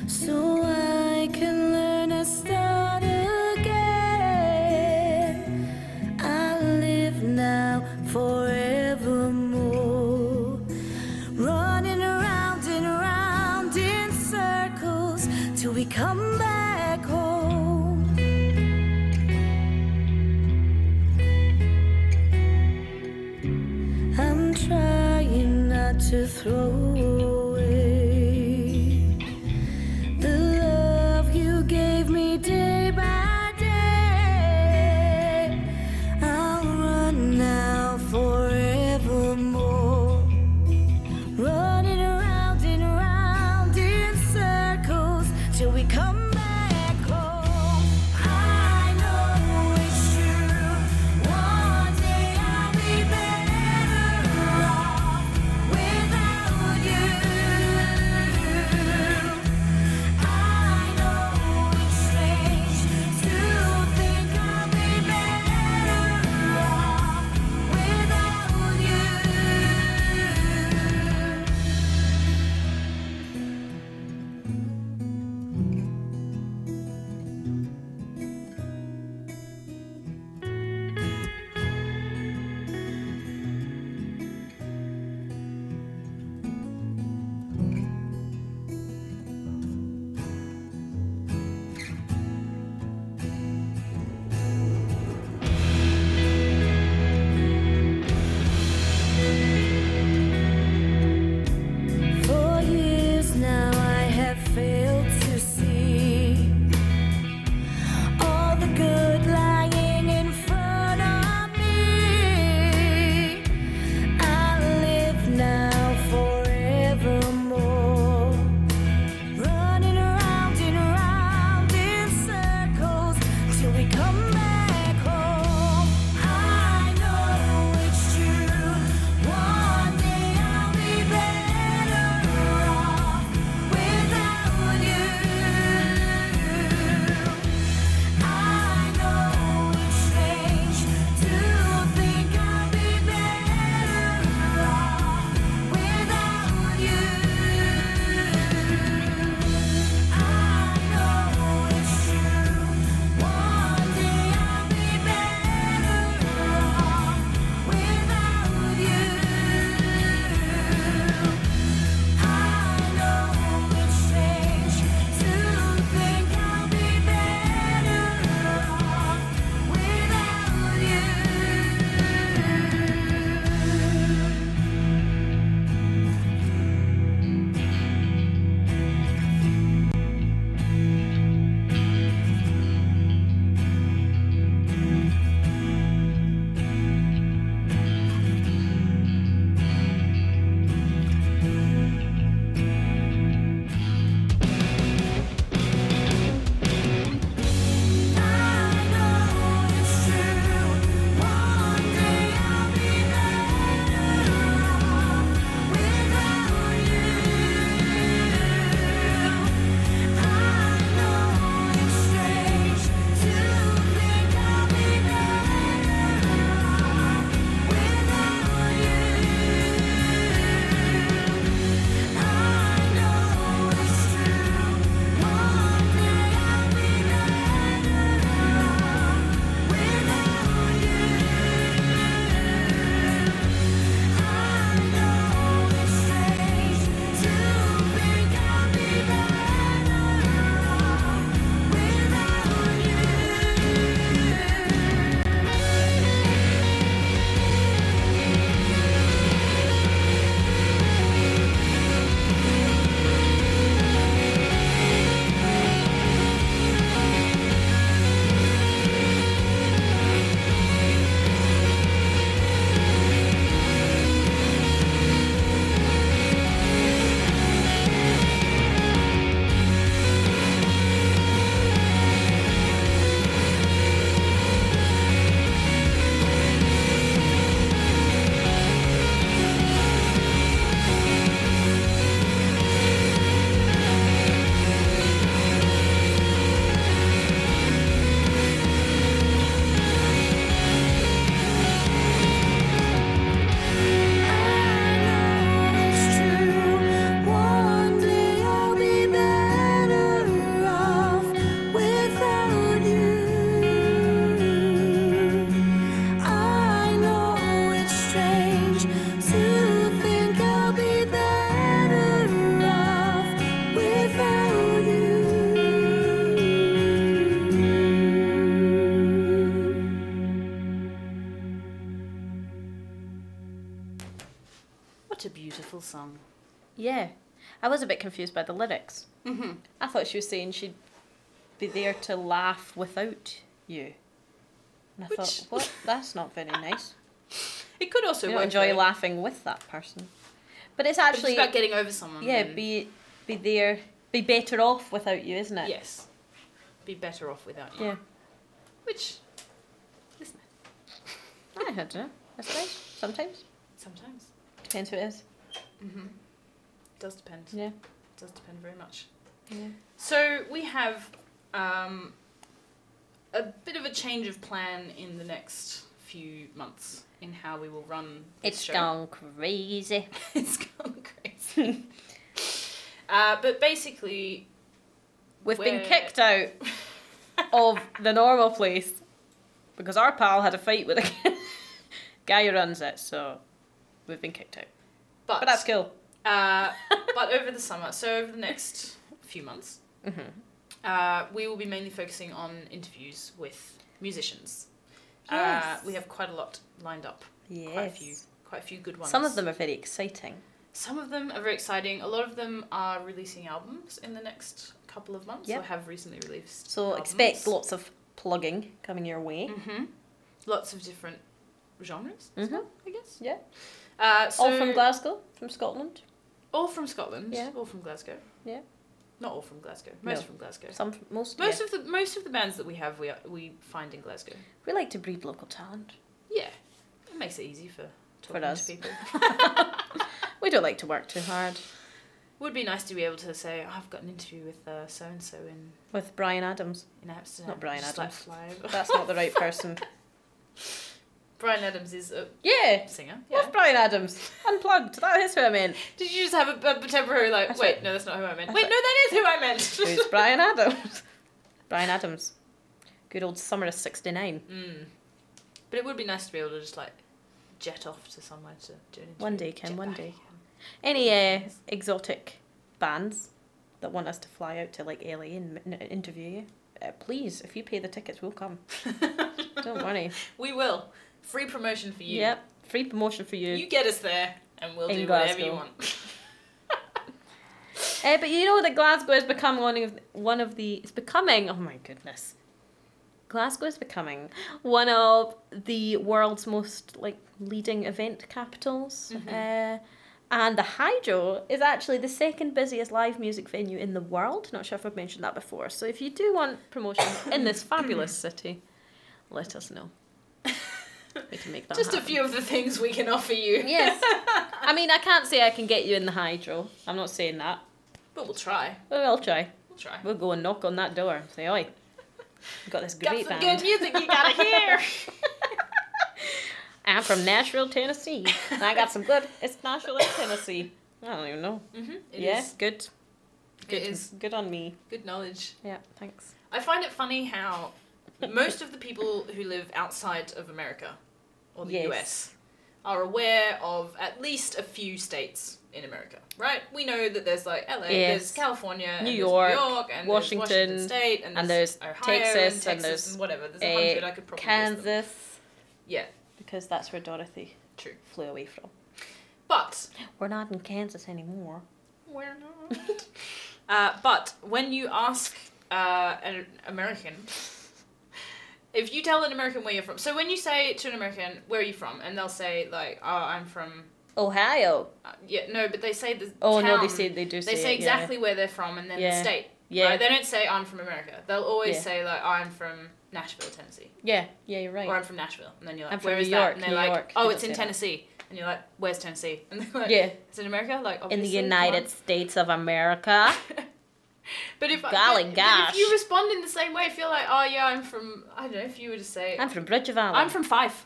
C: so I can learn to start again. I live now forevermore, running around and around in circles till we come back home. I'm trying not to throw away the love you gave me day by day. I'll run now forevermore, running around and around in circles till we come back home. I know it's true. One day I'll be better off without you.
B: What a beautiful song.
A: Yeah. I was a bit confused by the lyrics.
B: Mm-hmm.
A: I thought she was saying she'd be there to laugh without you. And I thought,
B: Which-
A: what? That's not [LAUGHS] very nice.
B: It could also
A: you
B: work
A: don't enjoy
B: though.
A: laughing with that person. But it's
B: But it's
A: actually,
B: about getting over someone.
A: yeah,
B: and-
A: be be there, be better off without you, isn't it?
B: yes, be better off without you.
A: Yeah.
B: Which, listen,
A: I don't know. That's nice. Sometimes.
B: sometimes
A: Depends who it is.
B: mm-hmm. does depend.
A: Yeah.
B: Does depend very much.
A: Yeah.
B: So we have um, a bit of a change of plan in the next few months in how we will run. This
A: It's
B: show.
A: gone [LAUGHS] crazy.
B: [LAUGHS] it's gone crazy. uh, but basically,
A: We've been
B: Where-
A: kicked
B: [LAUGHS]
A: out of the normal place because our pal had a fight with a [LAUGHS] guy who runs it, so we've been kicked out.
B: but
A: But that's cool.
B: uh, but over the summer, so over the next few months,
A: Mm-hmm.
B: uh, we will be mainly focusing on interviews with musicians.
A: Yes.
B: Uh, we have quite a lot lined up.
A: Yes.
B: Quite a few. Quite a few good ones.
A: Some of them are very exciting.
B: Some of them are very exciting. A lot of them are releasing albums in the next couple of months
A: Yep.
B: or have recently released.
A: So expect lots of plugging coming your way.
B: hmm Lots of different genres,
A: Mm-hmm.
B: I guess.
A: Yeah.
B: Uh, so
A: All from Glasgow, from Scotland.
B: all from Scotland.
A: Yeah.
B: All from Glasgow.
A: Yeah.
B: Not all from Glasgow. Most
A: No.
B: from Glasgow.
A: Some from most.
B: Most
A: yeah.
B: of the most of the bands that we have we are, we find in Glasgow.
A: we like to breed local talent.
B: Yeah. It makes it easy for talking
A: us.
B: to people.
A: [LAUGHS] We don't like to work too hard.
B: Would be nice to be able to say, I've got an interview with uh, so and so in
A: With Brian Adams,
B: in Amsterdam.
A: Not Bryan
B: Just,
A: Adams.
B: Like, fly over.
A: that's not the right person.
B: Brian Adams is a [LAUGHS]
A: Yeah,
B: singer.
A: with Brian Adams, unplugged. That is who I meant.
B: [LAUGHS] Did you just have a, a temporary like?
A: That's
B: wait,
A: right.
B: no, that's not who I meant.
A: That's
B: wait,
A: right.
B: no, that is who I meant.
A: Who's Brian Adams? [LAUGHS] Brian Adams. Good old summer of 69.
B: [LAUGHS] mm. But it would be nice to be able to just like jet off to somewhere to do an interview.
A: One day, Ken,
B: Jet
A: one
B: back
A: day.
B: again.
A: Any uh, exotic bands that want us to fly out to like LA and n- interview you? Uh, please, if you pay the tickets, we'll come. Don't worry.
B: [LAUGHS] We will. Free promotion for you.
A: Yep, free promotion for you.
B: You get us there, and we'll
A: In
B: do whatever you
A: Glasgow.
B: want.
A: Uh, but you know that Glasgow is becoming one of one of the. It's becoming. Oh my goodness. Glasgow is becoming one of the world's most like leading event capitals,
B: Mm-hmm.
A: uh, and the Hydro is actually the second busiest live music venue in the world. Not sure if I've mentioned that before. So if you do want promotion in
B: [COUGHS]
A: this fabulous city, let us know. We can make that
B: [LAUGHS] Just a
A: happen.
B: few of the things we can offer you.
A: Yes, I mean I can't say I can get you in the Hydro. I'm not saying that,
B: [LAUGHS] But we'll try.
A: but I'll try.
B: We'll try.
A: We'll go and knock on that door and say, Oi, we've got this
B: Got
A: great
B: some
A: band.
B: good music you gotta hear.
A: I'm from Nashville, Tennessee. [LAUGHS] And I got some good. It's Nashville, in Tennessee. I don't even know.
B: mm-hmm.
A: yeah, good. Good,
B: It is
A: good on me.
B: good knowledge.
A: Yeah, thanks.
B: I find it funny how most of the people who live outside of America or the
A: Yes.
B: US are aware of at least a few states in America, right? We know that there's like LA, there's
A: Yes.
B: California, and
A: New
B: there's
A: York,
B: New York, and
A: Washington,
B: there's Washington State, and,
A: and
B: there's,
A: there's
B: Ohio,
A: Texas,
B: and
A: and
B: Texas,
A: there's,
B: and whatever. There's
A: eh,
B: a hundred I could probably list them.
A: Kansas,
B: Yeah,
A: because that's where Dorothy
B: True.
A: flew away from.
B: but
A: We're not in Kansas anymore.
B: We're not. [LAUGHS] uh, but when you ask uh, an American, [LAUGHS] if you tell an American where you're from, so when you say to an American, where are you from? And they'll say, like, oh, I'm from.
A: Ohio.
B: Uh, yeah, no, but they say the.
A: Oh no,
B: town.
A: they say they do say,
B: They say
A: it, yeah.
B: exactly where they're from and then the
A: Yeah.
B: state.
A: Yeah,
B: right? They don't say, I'm from America. They'll always
A: Yeah.
B: say, like, I'm from Nashville, Tennessee.
A: yeah, yeah. You're right.
B: Or I'm from Nashville. And then you're like,
A: I'm
B: "Where is
A: from New
B: that?
A: York,
B: And they're
A: New
B: like,
A: York.
B: oh,
A: They
B: it's
A: don't
B: in
A: say that.
B: Tennessee. And you're like, where's Tennessee? [LAUGHS] And they're like,
A: yeah,
B: it's in America? Like,
A: in the
B: obviously, come on.
A: United States of America.
B: [LAUGHS] But if
A: Golly
B: but- but
A: gosh.
B: if you respond in the same way, if you're like, oh yeah, I'm from, I don't know, if you were to say,
A: I'm from Bridge of Allen.
B: I'm from Fife,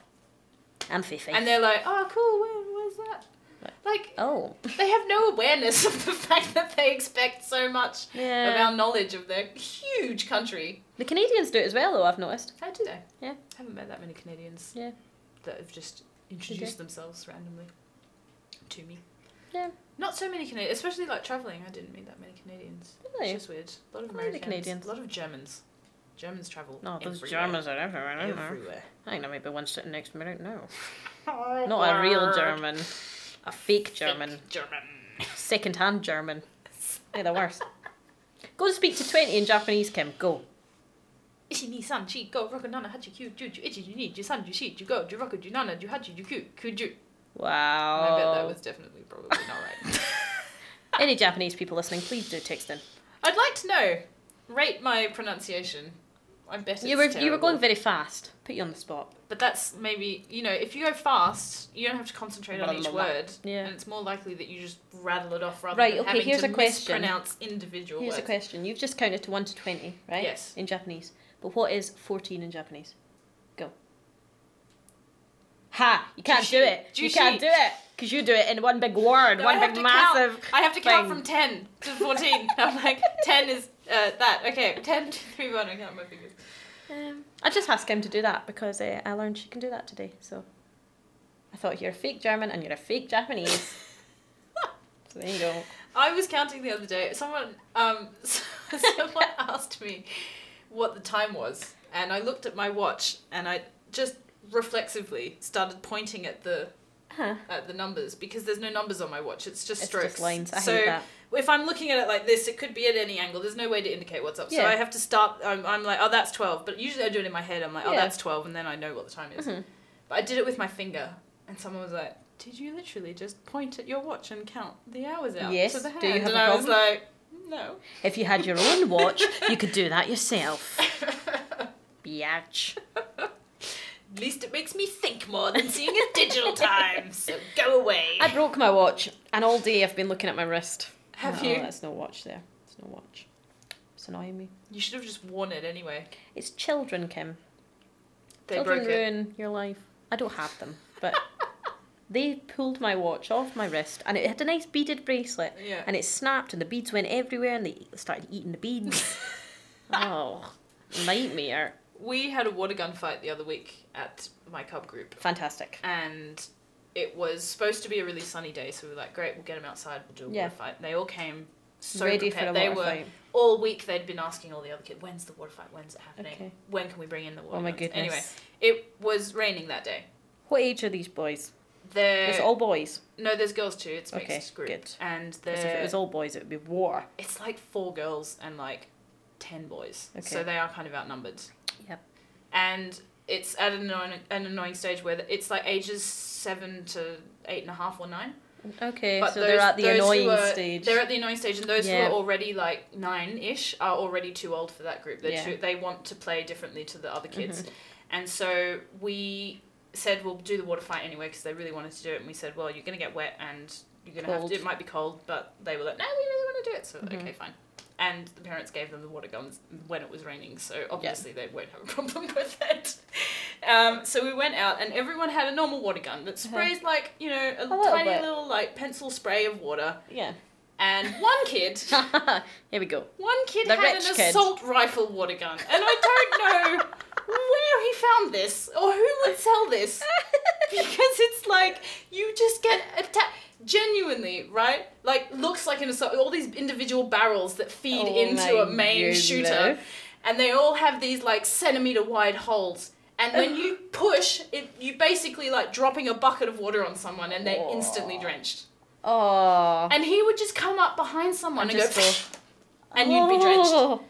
A: I'm Fifi.
B: and they're like, oh cool, where, where's that?
A: Right.
B: Like
A: oh.
B: they have no awareness [LAUGHS] of the fact that they expect so much
A: Yeah.
B: of our knowledge of their huge country.
A: um, The Canadians do it as well, though. I've noticed.
B: How do they?
A: Yeah.
B: haven't met that many Canadians.
A: Yeah.
B: that have just introduced themselves randomly to me.
A: Yeah.
B: Not so many Canadians, especially like traveling. I didn't meet that many Canadians.
A: Really?
B: It's just weird. A
A: I
B: lot of
A: like the
B: Americans.
A: Canadians.
B: A lot of Germans. Germans travel.
A: No, those
B: everywhere.
A: Germans are everywhere. I don't know.
B: Everywhere.
A: I think there might be one sitting next to me right now. Not a real German. A fake German,
B: Fake German.
A: second-hand
B: [LAUGHS]
A: German. They're the worst. Go and speak to twenty in Japanese, Kim. Go.
B: Ichi ni san chi go roku nana hachi kyu ju ju ichi ju ni ju san ju shi ju go ju roku ju nana ju hachi ju kyu ku ju. And
A: Wow.
B: I bet that was [LAUGHS] definitely probably not right.
A: [LAUGHS] Any Japanese people listening, please do text in.
B: I'd like to know. Rate my pronunciation. I bet it's
A: You were you were
B: terrible.
A: going very fast. Put you on the spot.
B: But that's maybe you know if you go fast, you don't have to concentrate on each
A: Blah, blah, blah.
B: word,
A: Yeah.
B: and it's more likely that you just rattle it off rather
A: Right,
B: than
A: okay,
B: having
A: here's
B: to
A: a question.
B: mispronounce individual
A: Here's a
B: words.
A: question. You've just counted to one to twenty, right?
B: Yes.
A: In Japanese. But what is fourteen in Japanese? Go. Ha! You can't do
B: Jushi.
A: it. You
B: Jushi.
A: can't do it because you do it in one big word,
B: No, I
A: one
B: have
A: big
B: to
A: massive.
B: Count, I have to count
A: thing.
B: from ten to
A: [LAUGHS]
B: fourteen. I'm like ten is uh, that. Okay, ten, two, three, one. I count my fingers.
A: Um, I just asked Kim to do that because uh, I learned she can do that today. So I thought you're a fake German and you're a fake Japanese.
B: [LAUGHS]
A: so there you go.
B: I was counting the other day. Someone, um, [LAUGHS] someone [LAUGHS] asked me what the time was, and I looked at my watch, and I just reflexively started pointing at the
A: Huh.
B: at the numbers because there's no numbers on my watch. It's just
A: It's
B: strokes.
A: just lines. I
B: so
A: hate that.
B: if I'm looking at it like this, it could be at any angle. There's no way to indicate what's up.
A: Yeah.
B: So I have to start. I'm, I'm like, oh, that's twelve. But usually I do it in my head. I'm like, oh,
A: Yeah.
B: that's twelve, and then I know what the time is.
A: Mhm.
B: But I did it with my finger, and someone was like, did you literally just point at your watch and count the hours out
A: Yes,
B: to the hand?
A: do you have
B: and
A: a
B: I was
A: problem?
B: like, no.
A: If you had your own watch, you could do that
B: [LAUGHS]
A: yourself. Biatch.
B: At least it makes me think more than seeing a
A: [LAUGHS]
B: digital time. So go away.
A: I broke my watch, and all day I've been looking at my wrist.
B: have
A: Oh,
B: you?
A: That's no watch there. It's no watch. It's annoying me.
B: You should have just worn it anyway.
A: It's children, Kim.
B: They
A: children
B: broke it.
A: ruin your life. I don't have them,
B: [LAUGHS]
A: but they pulled my watch off my wrist, and it had a nice beaded bracelet,
B: Yeah.
A: and it snapped, and the beads went everywhere, and they started eating the
B: [LAUGHS]
A: beads. oh, nightmare!
B: We had a water gun fight the other week at my cub group,
A: Fantastic.
B: and it was supposed to be a really sunny day, so we were like, great, we'll get them outside, we'll do a
A: Yeah.
B: water fight. They all came so
A: Ready for
B: prepared.
A: a
B: they
A: water
B: were
A: fight.
B: all week. They'd been asking all the other kids, when's the water fight? When's it happening?
A: Okay.
B: When can we bring in the water?
A: Oh my
B: guns?"
A: goodness.
B: Anyway, it was raining that day.
A: What age are these boys?
B: They're,
A: It's all boys.
B: no, there's girls too. It's mixed
A: Okay,
B: group,
A: good.
B: and
A: 'Cause if it
B: they're-
A: was all boys, it would be war.
B: it's like four girls and like ten boys.
A: Okay.
B: So they are kind of outnumbered.
A: Yep.
B: And it's at an annoying, an annoying stage where it's like ages seven to eight and a half or nine.
A: Okay,
B: but
A: so
B: those,
A: they're at the
B: those who
A: annoying
B: are-
A: stage.
B: They're at the annoying stage, and those
A: Yeah.
B: who are already like nine ish are already too old for that group. They're
A: Yeah. Mm-hmm.
B: too, they want to play differently to the other kids, and so we said we'll do the water fight anyway because they really wanted to do it, and we said, well, you're gonna get wet and you're gonna have
A: Cold.
B: to. It might be cold, but they were like, no, we really want to do it. So
A: Mhm.
B: okay, fine. And the parents gave them the water guns when it was raining, so obviously they won't have a [LAUGHS] problem with it. Um, so we went out, and everyone had a normal water gun
A: Uh-huh.
B: that sprays like you know a,
A: little
B: tiny
A: bit.
B: little like pencil spray of water.
A: yeah. [LAUGHS]
B: And one kid,
A: Here we go.
B: one kid
A: The
B: had
A: rich
B: an
A: kid.
B: assault rifle water gun, and I don't know where he found this or who would
A: [LAUGHS]
B: sell this because it's like you just get attacked. Genuinely, right? Like looks like an assault. All these individual barrels that feed
A: Oh
B: into a
A: my
B: main shooter,
A: goodness.
B: and they all have these like centimeter wide holes. And when
A: [SIGHS]
B: you push, it you basically like dropping a bucket of water on someone, and they're instantly
A: Aw.
B: drenched.
A: Oh.
B: And he would just come up behind someone and,
A: just
B: go,
A: go,
B: and you'd be drenched.
A: Oh.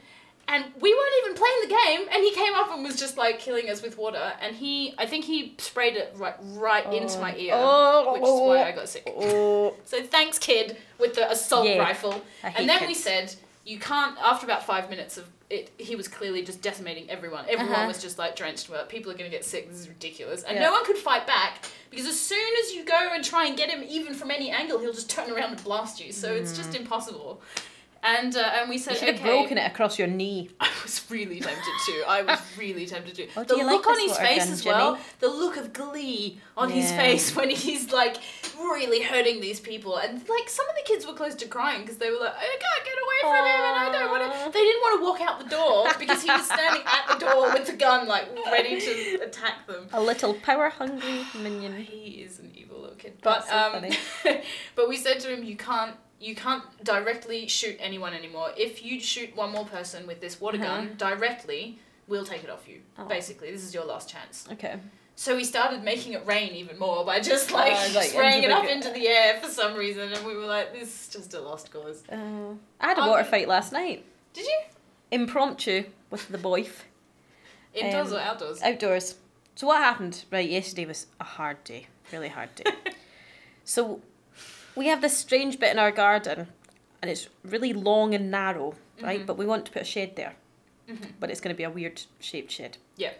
B: And we weren't even playing the game, and he came up and was just like killing us with water. And he, I think he sprayed it right, right into my ear,
A: Oh.
B: which is why I got sick. [LAUGHS]
A: Oh.
B: So thanks, kid, with the assault
A: Yeah.
B: rifle.
A: I hate
B: And then we
A: kids.
B: said, you can't. After about five minutes of it, he was clearly just decimating everyone. Everyone
A: Uh-huh.
B: was just like drenched. Well, people are gonna get sick. This is ridiculous. And
A: Yeah.
B: no one could fight back because as soon as you go and try and get him, even from any angle, he'll just turn around and blast you. So it's just impossible. And uh, and we said,
A: Mm. You should have
B: okay.
A: broken it across your knee.
B: I was really tempted to.
A: [LAUGHS]
B: I was really tempted to.
A: Oh, do
B: the
A: you like
B: look on
A: this
B: his
A: water
B: face
A: gun,
B: as well,
A: Jimmy?
B: the look of glee on his
A: Yeah.
B: face when he's like really hurting these people, and like some of the kids were close to crying because they were like, "I can't get away from him," and I don't want
A: Aw.
B: to. They didn't want to walk out the door because he was standing at the door with the gun, like ready to attack them.
A: A little power hungry minion.
B: He is an evil little kid, but
A: That's so
B: um, [LAUGHS] but we said to him, "You can't." You can't directly shoot anyone anymore. If you shoot one more person with this water
A: Uh-huh.
B: gun directly, we'll take it off you.
A: Oh.
B: Basically, this is your last chance.
A: Okay.
B: So we started making it rain even more by just like,
A: Uh, like,
B: spraying
A: into
B: it
A: the
B: up
A: g-
B: into the air for some reason, and we were like, this is just a lost cause.
A: Uh, I had a
B: I'll
A: water
B: do-
A: fight last night,
B: Did you?
A: impromptu with the boyf.
B: Indoors
A: Um,
B: or outdoors?
A: Outdoors. So what happened? Right, yesterday was a hard day, really hard
B: [LAUGHS]
A: day. so we have this strange bit in our garden, and it's really long and narrow, right?
B: Mhm.
A: But we want to put a shed there,
B: Mhm.
A: but it's going to be a weird shaped shed.
B: Yeah.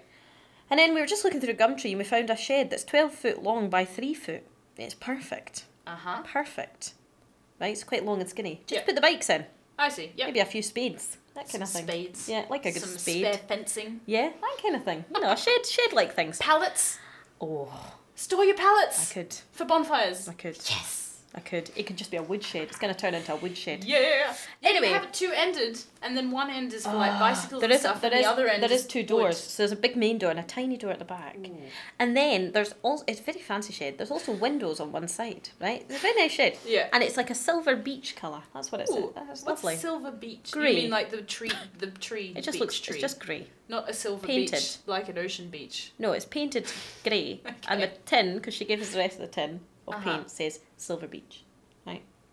A: And then we were just looking through a gum tree, and we found a shed that's twelve foot long by three foot. It's perfect,
B: Uh huh.
A: perfect. Right, it's quite long and skinny. Just
B: Yeah.
A: put the bikes in,
B: I see. Yeah.
A: maybe a few spades, that
B: Some
A: kind of thing.
B: spades.
A: Yeah, like a good
B: Some
A: spade.
B: spare fencing.
A: Yeah, that kind of thing. You know, a shed, shed like things.
B: Pallets.
A: Oh,
B: Store your
A: I
B: pallets
A: could.
B: for bonfires.
A: I could.
B: Yes.
A: I could. It could just be a woodshed. It's going to turn into a woodshed.
B: Yeah.
A: Anyway.
B: you have two ended, and then one end is for like bicycles
A: Ah, There
B: and
A: is,
B: stuff,
A: there
B: and
A: is-
B: the other end
A: there
B: is
A: is two
B: wood.
A: doors. So there's a big main door and a tiny door at the back. And then there's also, it's a very fancy shed. There's also windows on one side, right? It's a very nice shed.
B: Yeah.
A: And it's like a silver beach colour. That's what it's.
B: Ooh,
A: That's
B: what's
A: lovely.
B: silver beach?
A: Grey.
B: You mean like the tree, the tree?
A: It just
B: beach
A: looks,
B: tree.
A: it's just grey.
B: not a silver beach
A: painted.
B: like an ocean beach. [LAUGHS]
A: No, it's painted grey. And the
B: Okay.
A: tin, because she gave us the rest of the tin of
B: Uh-huh.
A: paint, says Silver Beach.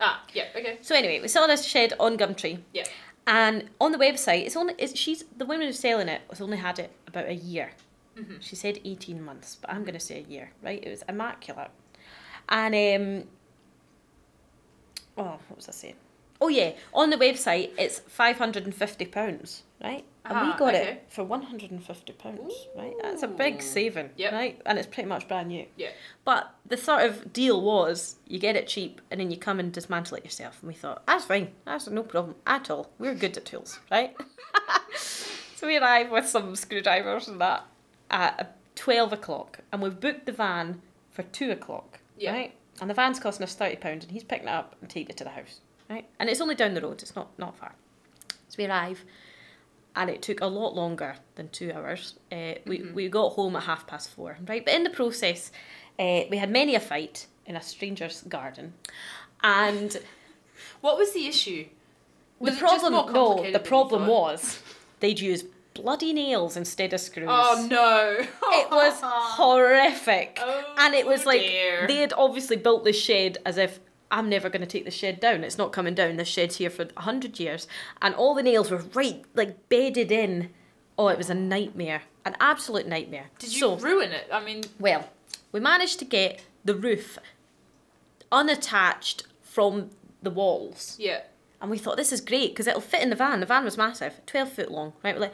B: Ah, yeah, okay.
A: So anyway, we saw this shed on Gumtree.
B: Yeah.
A: And on the website, it's only it's, she's the woman who's selling it has only had it about a year.
B: Mhm.
A: She said eighteen months, but I'm going to say a year, right? It was immaculate. And um, oh, what was I saying? Oh yeah, on the website it's five hundred and fifty pounds, right? and
B: Ah,
A: we got
B: okay.
A: it for one hundred and fifty pounds, right? That's a big
B: Ooh.
A: saving,
B: Yep.
A: right? And it's pretty much brand new.
B: Yeah.
A: But the sort of deal was you get it cheap and then you come and dismantle it yourself. And we thought, that's fine, that's no problem at all. We're good at tools, right? [LAUGHS] so we arrived with some screwdrivers and that at 12 o'clock and we've booked the van for 2 o'clock,
B: Yeah.
A: right? And the van's costing us £30 and he's picking it up and taking it to the house, right? And it's only down the road, it's not, not far. So we arrive and it took a lot longer than two hours. Uh, we,
B: Mm-hmm.
A: we got home at half past four, right? But in the process, uh, we had many a fight in a stranger's garden. And
B: What was the issue? Was
A: the
B: it just
A: problem, no,
B: more complicated
A: the
B: than you
A: problem
B: thought?
A: was they'd use bloody nails instead of screws.
B: Oh no!
A: It
B: [LAUGHS]
A: was horrific.
B: Oh,
A: and it was like
B: dear.
A: they had obviously built this shed as if I'm never going to take this shed down. It's not coming down. This shed's here for 100 years. And all the nails were right, like bedded in. Oh, it was a nightmare. An absolute nightmare.
B: Did you
A: So,
B: ruin it? I mean,
A: well, we managed to get the roof unattached from the walls.
B: yeah.
A: And we thought, this is great because it'll fit in the van. The van was massive, 12 foot long, right? We're like,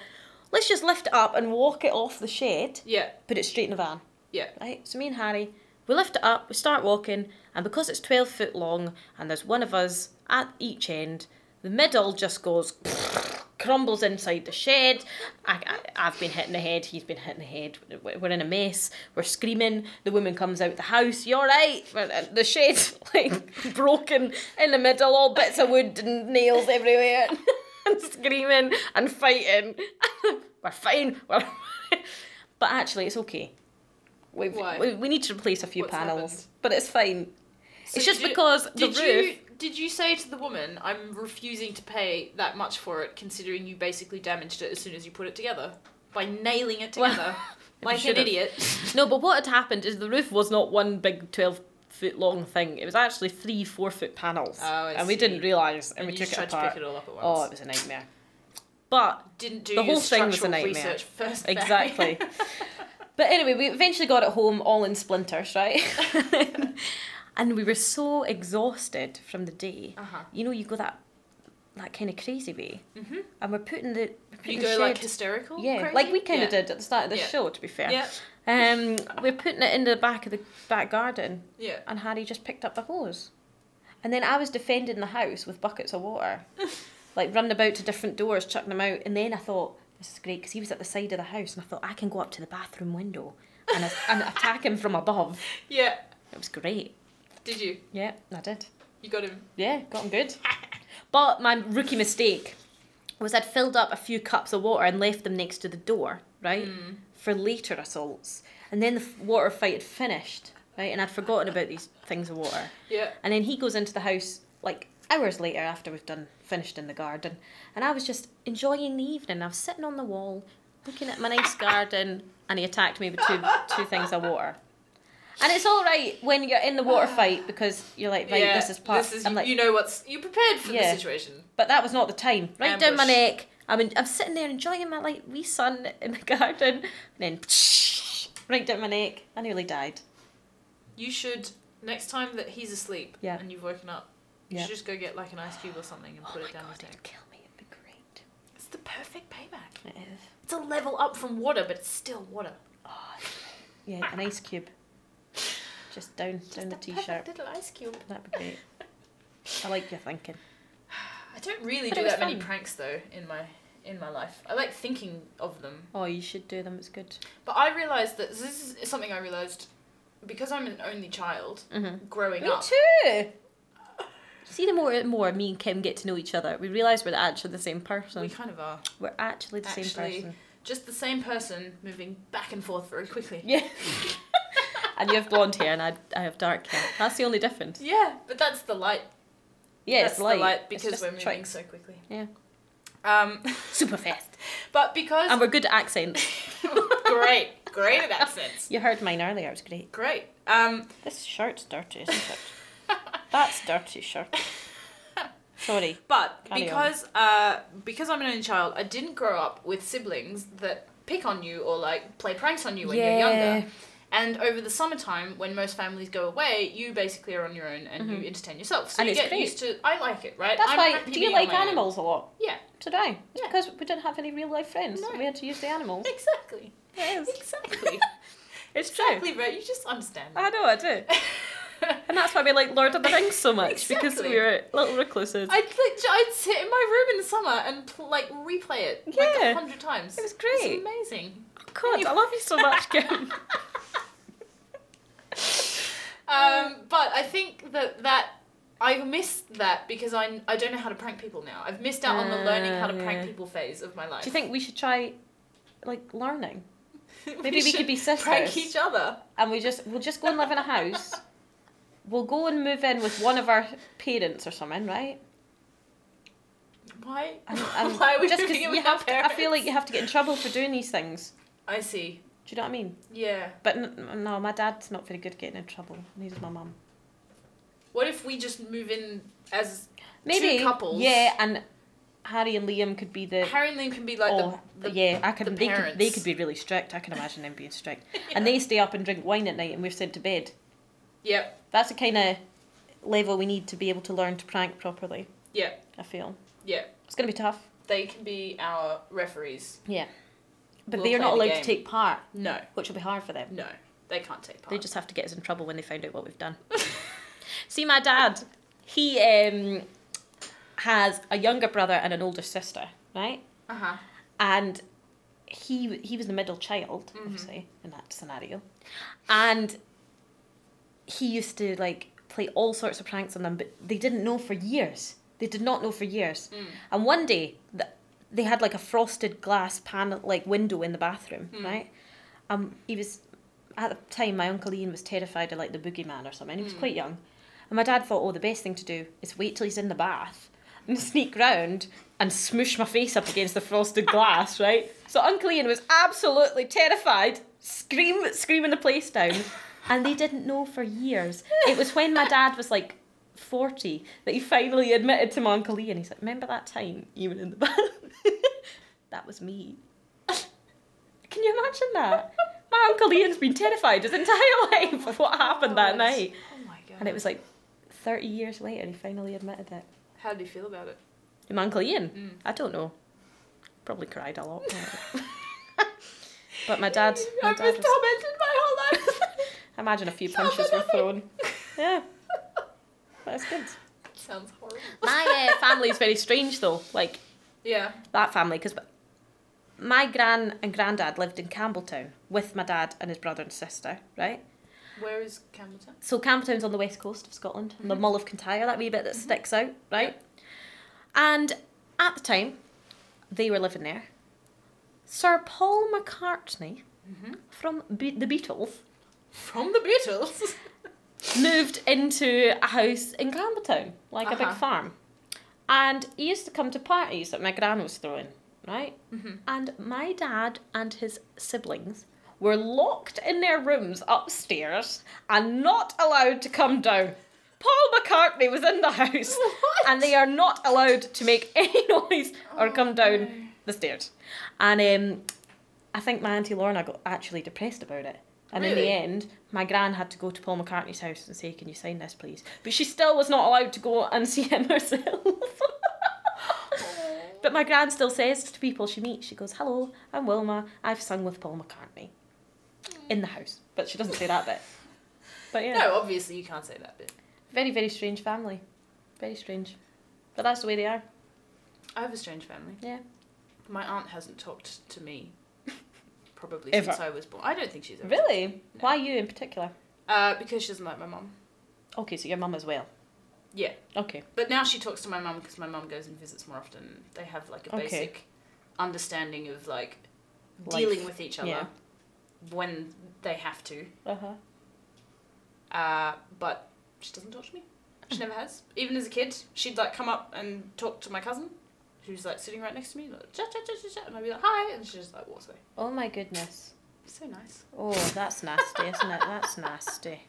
A: let's just lift it up and walk it off the shed,
B: Yeah,
A: put it straight in the van,
B: yeah.
A: right? So me and Harry, we lift it up, we start walking, and because it's 12 foot long and there's one of us at each end, the middle just goes, crumbles inside the shed. I, I, I've been hitting the head, he's been hitting the head. We're we're in a mess, we're screaming. The woman comes out the house, you're right. The shed, [LAUGHS] like, broken in the middle, all bits of wood and nails everywhere, [LAUGHS] and screaming and fighting. [LAUGHS] we're fine, we're. [LAUGHS] but actually, it's okay. We've,
B: Why?
A: we, we need to replace a few
B: What's
A: panels,
B: happened?
A: but it's fine.
B: So
A: it's just
B: did you-
A: because the
B: did
A: roof.
B: you did you say to the woman, "I'm refusing to pay that much for it, considering you basically damaged it as soon as you put it together by nailing it
A: Well,
B: together [LAUGHS] like an
A: should've.
B: idiot"?
A: No, but what had happened is the roof was not one big twelve foot long thing. It was actually three four foot panels,
B: Oh, I
A: and we
B: see.
A: didn't realise, and,
B: And
A: we
B: you
A: took
B: just
A: it
B: tried
A: apart.
B: to pick it all up at once.
A: oh, it was a nightmare.
B: [LAUGHS]
A: But
B: Didn't do
A: the
B: your
A: whole thing was a
B: structural
A: nightmare.
B: research first. Barry.
A: exactly. but anyway, we eventually got it home all in splinters,
B: [LAUGHS]
A: right? and we were so exhausted from the day. [LAUGHS]
B: [LAUGHS] Uh-huh.
A: You know, you go that that kind of crazy way, mm-hmm. and we're putting the we're putting
B: You
A: the
B: go like
A: shed-
B: hysterical.
A: yeah,
B: crazy?
A: like we kind
B: Yeah.
A: of did at the start of the
B: Yeah.
A: show. To be fair,
B: Yeah,
A: um, we're putting it in the back of the back garden,
B: yeah.
A: and Harry just picked up the hose. And then I was defending the house with buckets of water, like running about to different doors, chucking them out. And then I thought, this is great, because he was at the side of the house, and I thought, I can go up to the bathroom window and, a- and attack him from above.
B: Yeah.
A: It was great.
B: Did you?
A: Yeah, I did.
B: You got him.
A: Yeah, got him good. But my rookie mistake was I'd filled up a few cups of water and left them next to the door, right,
B: Mm.
A: for later assaults. And then the f- water fight had finished, right, and I'd forgotten about these things of water.
B: Yeah.
A: And then he goes into the house like hours later after we've done finished in the garden, and I was just enjoying the evening. I was sitting on the wall, looking at my
B: [LAUGHS]
A: nice garden, and he attacked me with two two things of water. And it's all right when you're in the water
B: [SIGHS]
A: fight because you're like, right, this is part.
B: This is,
A: I'm like,
B: you know what's you prepared for
A: Yeah.
B: the situation.
A: but that was not the time. Right down my
B: Ambush.
A: neck. I'm in, I'm sitting there enjoying my like wee sun in the [LAUGHS] garden, and then [LAUGHS] right down my neck. I nearly died.
B: You should next time that he's asleep
A: Yeah.
B: and you've woken up, you
A: Yeah.
B: should just go get like an ice cube or something and
A: Oh
B: put it down his neck.
A: kill me. It'd be great.
B: Oh It's the perfect payback.
A: It is.
B: It's a level up from water, but it's still water.
A: Oh, yeah, an ice cube. Just down down
B: Just
A: the
B: a
A: t-shirt.
B: perfect little ice cube.
A: That'd be great. I like your thinking.
B: [SIGHS] I don't really
A: But it
B: do
A: was
B: that many
A: fun.
B: pranks though in my in my life. I like thinking of them
A: Oh, you should do them. It's good.
B: But I realised that this is something I realised because I'm an only child
A: Mm-hmm.
B: growing
A: Me
B: up.
A: too. See, the more and more me and Kim get to know each other, we realise we're actually the same
B: We
A: person.
B: kind of are.
A: We're actually the same
B: Actually. [LAUGHS]
A: person.
B: Just the same person moving back and forth very quickly.
A: Yeah. [LAUGHS] and you have blonde hair, and I, I have dark hair. That's the only difference.
B: Yeah, but that's the light.
A: Yeah,
B: that's
A: it's light.
B: the light
A: It's
B: because
A: just
B: we're moving
A: tricks.
B: so quickly.
A: Yeah.
B: Um, [LAUGHS]
A: super fast,
B: but because [LAUGHS]
A: and we're good at accents.
B: great, great at accents.
A: You heard mine earlier. It was great.
B: Great. Um,
A: This shirt's dirty, isn't it? That's dirty shirt. Sorry.
B: But
A: Carry on.
B: because uh, because I'm an only child, I didn't grow up with siblings that pick on you or like play pranks on you when you're
A: Yeah.
B: younger. And over the summertime, when most families go away, you basically are on your own and you entertain yourself. So
A: Mm-hmm. And
B: you
A: it's
B: get
A: great.
B: used to. I like it, right?
A: That's
B: I'm
A: why.
B: happy
A: Do you
B: being on
A: like
B: my own.
A: animals a lot?
B: Yeah,
A: So do I. It's
B: Yeah.
A: because we didn't have any real life friends.
B: No.
A: We had to use the animals. [LAUGHS]
B: exactly,
A: It is.
B: exactly,
A: It's
B: exactly. But you just understand.
A: I know, I do. Uh,
B: [LAUGHS]
A: And that's why we like Lord of the Rings so much because
B: Exactly.
A: we were little recluses.
B: I'd, lit- I'd sit in my room in the summer and pl- like replay it like
A: Yeah.
B: a hundred times.
A: It was great.
B: It's amazing.
A: God, I love you so
B: [LAUGHS]
A: much, Kim.
B: Um, but I think that that I've missed that because I I don't know how to prank people now. I've missed out on the
A: Ah,
B: learning how to
A: yeah.
B: prank people phase of my life.
A: do you
B: [LAUGHS]
A: think we should try, like, learning?
B: think
A: maybe we could be sisters?
B: Prank each other.
A: And we just we'll just go and live in a house. We'll go and move in with one of our parents or something, right?
B: Why? [LAUGHS]
A: And, and
B: Why are we
A: just
B: just
A: 'cause
B: doing it
A: you
B: with
A: have
B: have
A: to, I feel like you have to get in trouble for doing these things.
B: I see.
A: Do you know what I mean?
B: Yeah.
A: But n- no, my dad's not very good at getting in trouble. Neither's my mum.
B: What if we just move in as
A: Maybe
B: two couples?
A: Yeah, and Harry and Liam could be the.
B: Harry and Liam can be like
A: oh,
B: the, the [LAUGHS]
A: yeah, I can.
B: the
A: they could. They
B: parents.
A: could be really strict. I can imagine them being strict.
B: [LAUGHS]
A: And they stay up and drink wine at night, and we're sent to bed.
B: Yep.
A: That's the kind of level we need to be able to learn to prank properly.
B: Yep.
A: I feel
B: Yep.
A: it's gonna be tough.
B: They can be our referees.
A: Yeah, but
B: We'll
A: they are
B: play
A: not
B: the
A: allowed to
B: game.
A: take part,
B: No.
A: which will be hard for them.
B: No. They can't take part.
A: They just have to get us in trouble when they find out what we've done. [LAUGHS] See, my dad, he um, has a younger brother and an older sister, right?
B: Uh huh.
A: and he he was the middle child obviously in that scenario and he used to like play all sorts of pranks on them but they didn't know for years they did not know for years and one day th- they had like a frosted glass panel like window in the bathroom right um he was at the time my uncle ian was terrified of like the boogeyman or something he was quite young and my dad thought oh the best thing to do is wait till he's in the bath and [LAUGHS] sneak round and smoosh my face up against the frosted glass, right? So Uncle Ian was absolutely terrified, scream, screaming the place down, and they didn't know for years. It was when my dad was like forty that he finally admitted to my Uncle Ian. He's like, "Remember that time you were in the bath? [LAUGHS] that was me." [LAUGHS] Can you imagine that? My Uncle Ian's been terrified his entire [LAUGHS] life of what happened that
B: God.
A: night,
B: Oh my god.
A: eh? and it was like thirty years later he finally admitted it.
B: How do you feel about it?
A: My Uncle Ian?
B: Mm.
A: I don't know. Probably cried a [LAUGHS] lot.
B: [LAUGHS]
A: but my dad, my
B: I've
A: dad
B: been
A: was,
B: tormented my whole
A: [LAUGHS]
B: life.
A: imagine a few
B: Can't do
A: punches were
B: nothing.
A: thrown. Yeah. That's good.
B: [LAUGHS] Sounds horrible.
A: My uh, family is very strange though. Like
B: [LAUGHS] Yeah.
A: that family, because my gran and granddad lived in Campbelltown with my dad and his brother and sister, right?
B: Where is Campbelltown?
A: So Campbelltown's on the west coast of Scotland, on the Mull of Kintyre, that wee bit that sticks out, right? And at the time, they were living there. Sir Paul McCartney from Be- the Beatles
B: From the [LAUGHS] Beatles.
A: moved into a house in Campbelltown, like a big
B: Uh-huh.
A: farm. And he used to come to parties that my gran was throwing. right? And my dad and his siblings were locked in their rooms upstairs and not allowed to come down. Paul McCartney was in the house, and they are not allowed to make any [LAUGHS] noise or come down the stairs. And um, I think my auntie Lorna got actually depressed about it. And in the
B: Really?
A: end, my gran had to go to Paul McCartney's house and say, "Can you sign this, please?" But she still was not allowed to go and [LAUGHS] see him herself. But my gran still says to people she meets, she goes, Hello, I'm Wilma. I've sung with Paul McCartney in the house. But she doesn't say that bit. But yeah,
B: No, obviously you can't say that bit.
A: very, very strange family. Very strange. But that's the way they are.
B: I have a strange family.
A: Yeah.
B: My aunt hasn't talked to me [LAUGHS] probably
A: Ever.
B: since I was born. I don't think she's ever.
A: Really? Why you in particular?
B: Uh, because she doesn't like my mum.
A: Okay, so your mum as well.
B: Yeah.
A: Okay.
B: But now she talks to my mum because my mum goes and visits more often. They have like a
A: Okay.
B: basic understanding of like
A: Life.
B: dealing with each other
A: Yeah.
B: when they have to.
A: Uh huh.
B: Uh, but she doesn't talk to me.
A: Mm.
B: She never has. Even as a kid, she'd like come up and talk to my cousin, who's like sitting right next to me, like chat, chat, chat, chat, chat, and I'd be like hi, and she just like walks away.
A: Oh my goodness.
B: So nice.
A: Oh, that's nasty, isn't it? That's nasty.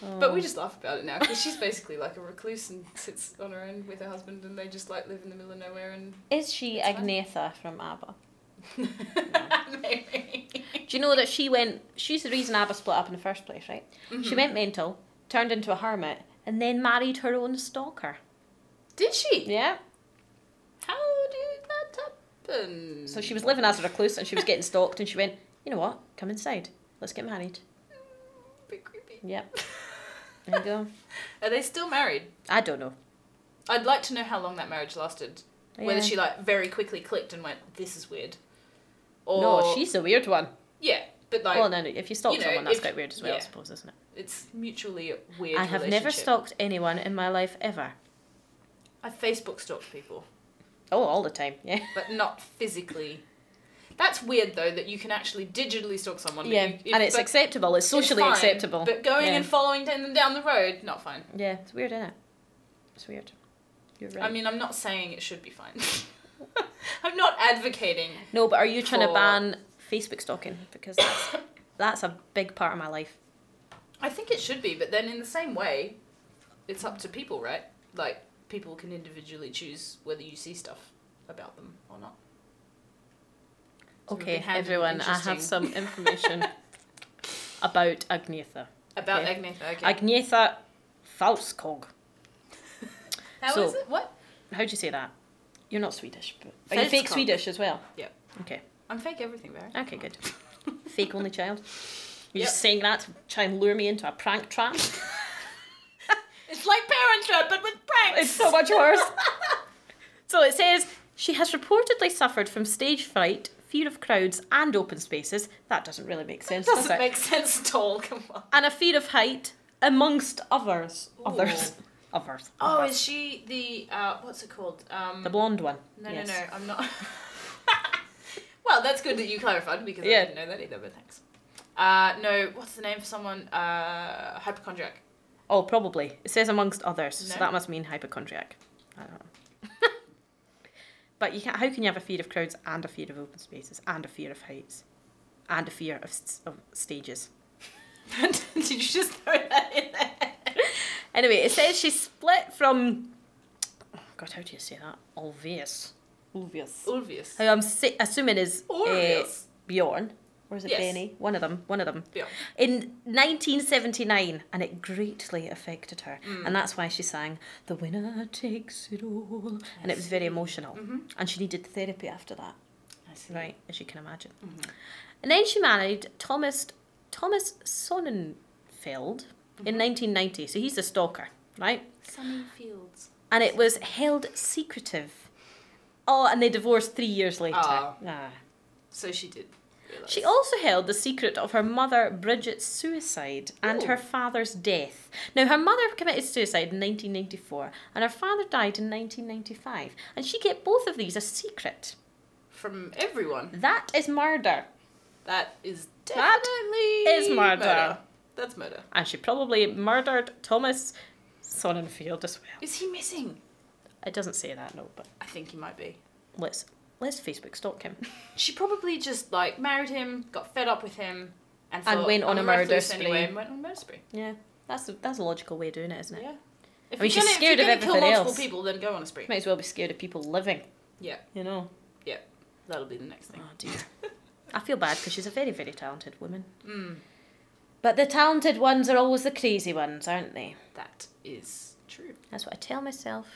B: But we
A: Oh.
B: just laugh about it now because she's basically like a recluse and sits on her own with her husband, and they just like live in the middle of nowhere and [LAUGHS]
A: Is she
B: It's fine.
A: Agnetha from ABBA?
B: maybe.
A: Do you know that [LAUGHS] she went? She's the reason ABBA split up in the first place, right?
B: Mm-hmm.
A: She went mental, turned into a hermit, and then married her own stalker.
B: Did she?
A: Yeah.
B: How did that happen?
A: So she was living as a recluse, and she was getting stalked, and she went, "You know what? Come inside. Let's get married."
B: bit creepy. [LAUGHS]
A: Yep. There you go.
B: Are they still married?
A: I don't know.
B: I'd like to know how long that marriage lasted.
A: Yeah.
B: Whether she like very quickly clicked and went, "This is weird," or
A: No, she's a weird one.
B: yeah, but like
A: well, no, no. If you stalk
B: you know,
A: someone, that's
B: if-
A: quite weird as well, I
B: yeah.
A: suppose, isn't it?
B: it's mutually weird.
A: I have never
B: relationship.
A: stalked anyone in my life ever.
B: I Facebook stalked people,
A: Oh, all the time. Yeah.
B: but not physically. That's weird though that you can actually digitally stalk someone. but
A: Yeah,
B: you-
A: and it's
B: but
A: acceptable. It's
B: it's
A: socially
B: fine,
A: acceptable.
B: But going
A: Yeah.
B: and following them down the road, not fine.
A: Yeah, it's weird, isn't it? It's weird. You're right.
B: I mean, I'm not saying it should be fine. [LAUGHS] I'm not advocating.
A: No, but are you trying to
B: for-
A: ban Facebook stalking? Because that's, [COUGHS] that's a big part of my life.
B: I think it should be, but then in the same way, it's up to people, right? Like people can individually choose whether you see stuff about them or not. So we've been
A: Okay,
B: handling
A: everyone, I
B: interesting-
A: have some
B: [LAUGHS]
A: information about Agnetha.
B: About
A: Okay.
B: Agnetha. Okay.
A: Agnetha Falskog.
B: How is
A: so-
B: it? What?
A: How do you say that? You're not Swedish, but are you fake
B: Falskog.
A: Swedish as well?
B: Yep.
A: Okay.
B: I'm fake everything, [LAUGHS] Barry.
A: Okay, good. fake only
B: [LAUGHS]
A: child. You're
B: Yep.
A: just saying that to try and lure me into a prank trap.
B: It's like Parent Trap, but with pranks.
A: It's so much worse. [LAUGHS] so it says she has reportedly suffered from stage fright, fear of crowds, and open spaces. That doesn't really make sense, does
B: doesn't
A: it?
B: make sense at all. Come on.
A: and a fear of height, amongst others. Others. Others.
B: Oh,
A: Others.
B: is she the uh, what's it called? Um,
A: the blonde one.
B: no,
A: yes.
B: no, no. I'm not. [LAUGHS] well, that's good that you clarified because
A: Yeah.
B: I didn't know that either. But thanks. Uh, no, what's the name for someone? Uh, hypochondriac.
A: Oh, probably. It says amongst others, so
B: No.
A: that must mean hypochondriac. I don't know. [LAUGHS] but you can how can you have a fear of crowds and a fear of open spaces and a fear of heights and a fear of, s- of stages?
B: [LAUGHS] Did you just throw that in there?
A: Anyway, it says she split from. Oh God, how do you say that? Ulvius. Ulvius.
B: Ulvius.
A: Who I'm si- assuming is uh,
B: Ulvius.
A: Bjorn. Or is it
B: Yes.
A: Benny? One of them. One of them.
B: Bjorn.
A: In 1979, and it greatly affected her, and that's why she sang "The Winner Takes It All," and it was very emotional, and she needed therapy after that.
B: I see.
A: Right, as you can imagine. And then she married Thomas Thomas Sonnenfeld in 1990. So he's a stalker, right?
B: Sunny Fields.
A: And it was held secretive. Oh, and they divorced three years later.
B: Oh.
A: Ah.
B: So she did. Realize.
A: She also held the secret of her mother Bridget's suicide and
B: Ooh.
A: her father's death. Now, her mother committed suicide in 1994 and her father died in 1995, and she kept both of these a secret.
B: from everyone.
A: That is murder.
B: That is
A: That
B: definitely
A: is murder.
B: That's murder.
A: and she probably murdered Thomas Sonnenfeld as well.
B: Is he missing?
A: It doesn't say that, no, but
B: I think he might be.
A: let's let's Facebook stalk him. [LAUGHS]
B: She probably just like married him, got fed up with him, and,
A: And
B: thought,
A: went on
B: "I'm
A: a
B: recluse
A: murder spree."
B: Anyway, and went on a murder spree.
A: Yeah, that's a, that's a logical way of doing it, isn't it?
B: Yeah. If
A: I mean,
B: you're
A: she's
B: gonna,
A: scared
B: if
A: of
B: you're gonna kill
A: everything
B: multiple
A: else.
B: people, then go on a spree.
A: Might as well be scared of people living.
B: Yeah.
A: You know.
B: That'll be the next thing.
A: Oh dear. I feel bad because she's a very very talented woman.
B: Mm,
A: But the talented ones are always the crazy ones, aren't they?
B: that is true.
A: That's what I tell
B: [LAUGHS]
A: myself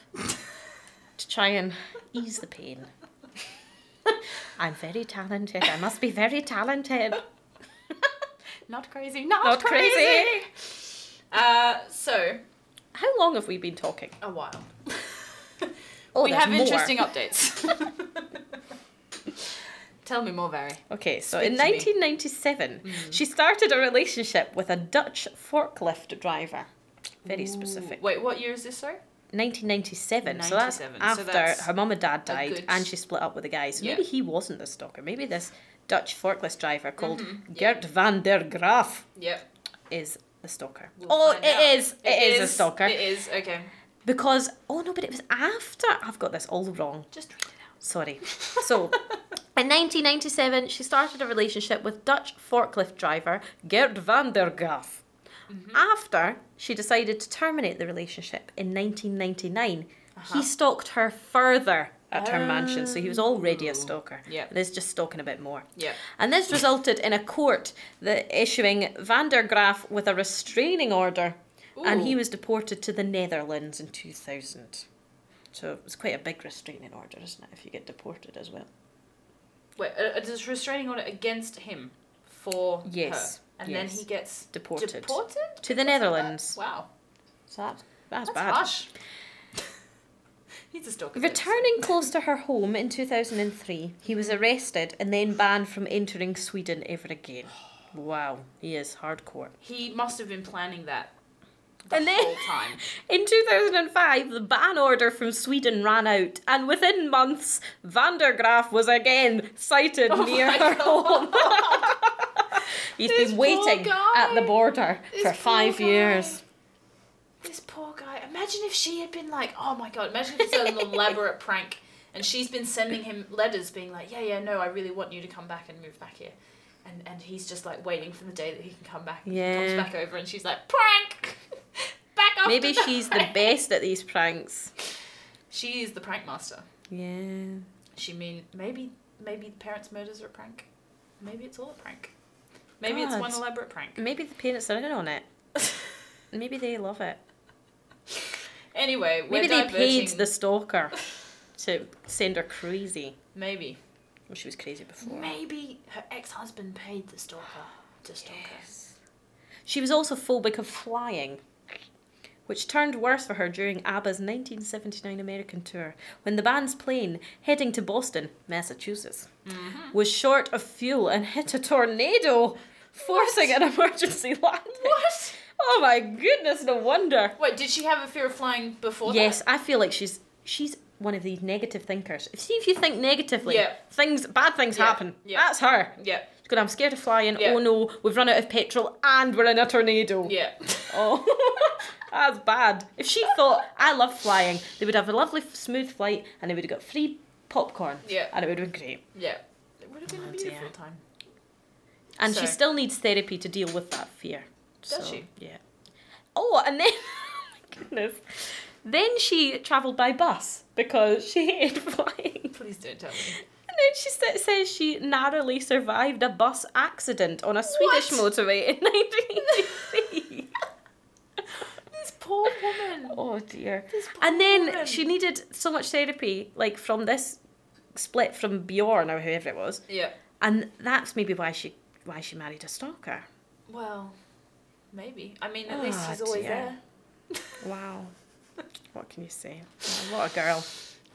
A: to try and ease the pain. [LAUGHS] I'm very talented. I must be very talented.
B: Not crazy. Not,
A: Not
B: crazy.
A: crazy.
B: Uh, so
A: How long have we been talking?
B: a while.
A: [LAUGHS] Oh,
B: we
A: there's
B: have
A: more.
B: interesting updates.
A: [LAUGHS]
B: [LAUGHS] Tell me more, Vary.
A: Okay, so
B: Speak
A: in
B: to me.
A: 1997,
B: Mm.
A: she started a relationship with a Dutch forklift driver. Very specific.
B: Wait, what year is this? Sorry.
A: 1997, so that's
B: 97, so
A: after
B: that's
A: her mum and dad
B: a
A: died
B: good-
A: and she split up with a guy. So
B: Yeah.
A: maybe he wasn't the stalker. Maybe this Dutch forklift driver called
B: Mm-hmm. yeah.
A: Gert van der Graaf
B: Yep.
A: is the stalker.
B: we'll
A: oh,
B: find out.
A: it is. it is, a stalker.
B: It is. Okay.
A: Because, oh no, but it was after. I've got this all wrong.
B: Just read it
A: Sorry. So, in 1997, she started a relationship with Dutch forklift driver Gert van der Graaf. After she decided to terminate the relationship in 1999, he stalked her further at her mansion. So he was already a stalker.
B: Yep.
A: There's just stalking a bit more.
B: Yep.
A: And this resulted in a court the issuing van der Graaf with a restraining order, and he
B: Ooh.
A: was deported to the Netherlands in 2000. So it was quite a big restraining order, isn't it, if you get deported as well?
B: out. Wait, a, a restraining order against him for
A: Yes,
B: her, and
A: yes.
B: then he gets
A: Deported.
B: Deported.
A: To the Netherlands.
B: Wow.
A: So that's, that's,
B: That's
A: bad.
B: harsh. [LAUGHS] He's a stalker.
A: Returning close to her home in 2003, he was arrested and then banned from entering Sweden ever again. Wow, he is hardcore.
B: He must have been planning that the
A: And then-
B: whole
A: [LAUGHS]
B: time.
A: In 2005, the ban order from Sweden ran out, and within months, Van der Graaf was again sighted
B: Oh
A: near
B: my
A: her
B: God.
A: home. [LAUGHS] He's
B: This
A: been
B: poor
A: waiting
B: guy.
A: at the border
B: This
A: for
B: poor
A: five
B: guy.
A: years.
B: This poor guy. Imagine if she had been like, oh my god. Imagine if
A: [LAUGHS]
B: it's an elaborate prank, and she's been sending him letters, being like, yeah, yeah, no, I really want you to come back and move back here, and and he's just like waiting for the day that he can come back. He comes
A: Yeah.
B: back over, and she's like, prank. [LAUGHS] back up.
A: Maybe she's
B: [LAUGHS]
A: the best at these pranks.
B: She is the prank master.
A: Yeah.
B: She mean maybe maybe parents' murders are a prank. Maybe it's all a prank. Maybe it's one
A: God. [LAUGHS]
B: elaborate prank.
A: Maybe the parents are in on it. Maybe they love it.
B: anyway, we're
A: Maybe they paid
B: diverging.
A: the stalker to send her crazy.
B: Maybe.
A: Well, she was crazy before.
B: Maybe her ex-husband paid the stalker to stalk
A: She was also phobic of flying, which turned worse for her during ABBA's 1979 American tour when the band's plane, heading to Boston, Massachusetts,
B: Mm-hmm.
A: was short of fuel and hit a tornado, forcing an emergency [LAUGHS] landing.
B: What?
A: Oh my goodness, no wonder.
B: her. Wait, did she have a fear of flying before
A: Yes,
B: that?
A: I feel like she's she's one of these negative thinkers. See if you think negatively,
B: Yeah.
A: things bad things
B: Yeah,
A: happen.
B: yeah.
A: That's her.
B: Yeah.
A: She's going, I'm scared of flying.
B: Yeah.
A: Oh no, we've run out of petrol and we're in a tornado.
B: Yeah.
A: Oh, [LAUGHS] that's bad. If she thought I love flying, they would have a lovely f- smooth flight, and they would have got free popcorn.
B: Yeah.
A: and it would have been great.
B: yeah. It would have been a
A: Oh,
B: beautiful
A: dear.
B: time.
A: And she
B: So-
A: still needs therapy to deal with that fear.
B: Does she?
A: Yeah. Oh, and then, [LAUGHS] oh my goodness, then she travelled by bus because she hated [LAUGHS] flying.
B: Please don't tell me.
A: And then she sa- says she narrowly survived a bus accident on a Swedish
B: What?
A: motorway in [LAUGHS]
B: [LAUGHS]
A: 1983.
B: This poor woman.
A: Oh dear.
B: This
A: And then
B: woman.
A: she needed so much therapy, like from this split from Bjorn or whoever it was,
B: Yeah.
A: and that's maybe why she why she married a stalker.
B: Well, maybe. I mean, at least
A: Ah,
B: she's always
A: dear.
B: there.
A: Wow. what can you say? Oh, what a girl.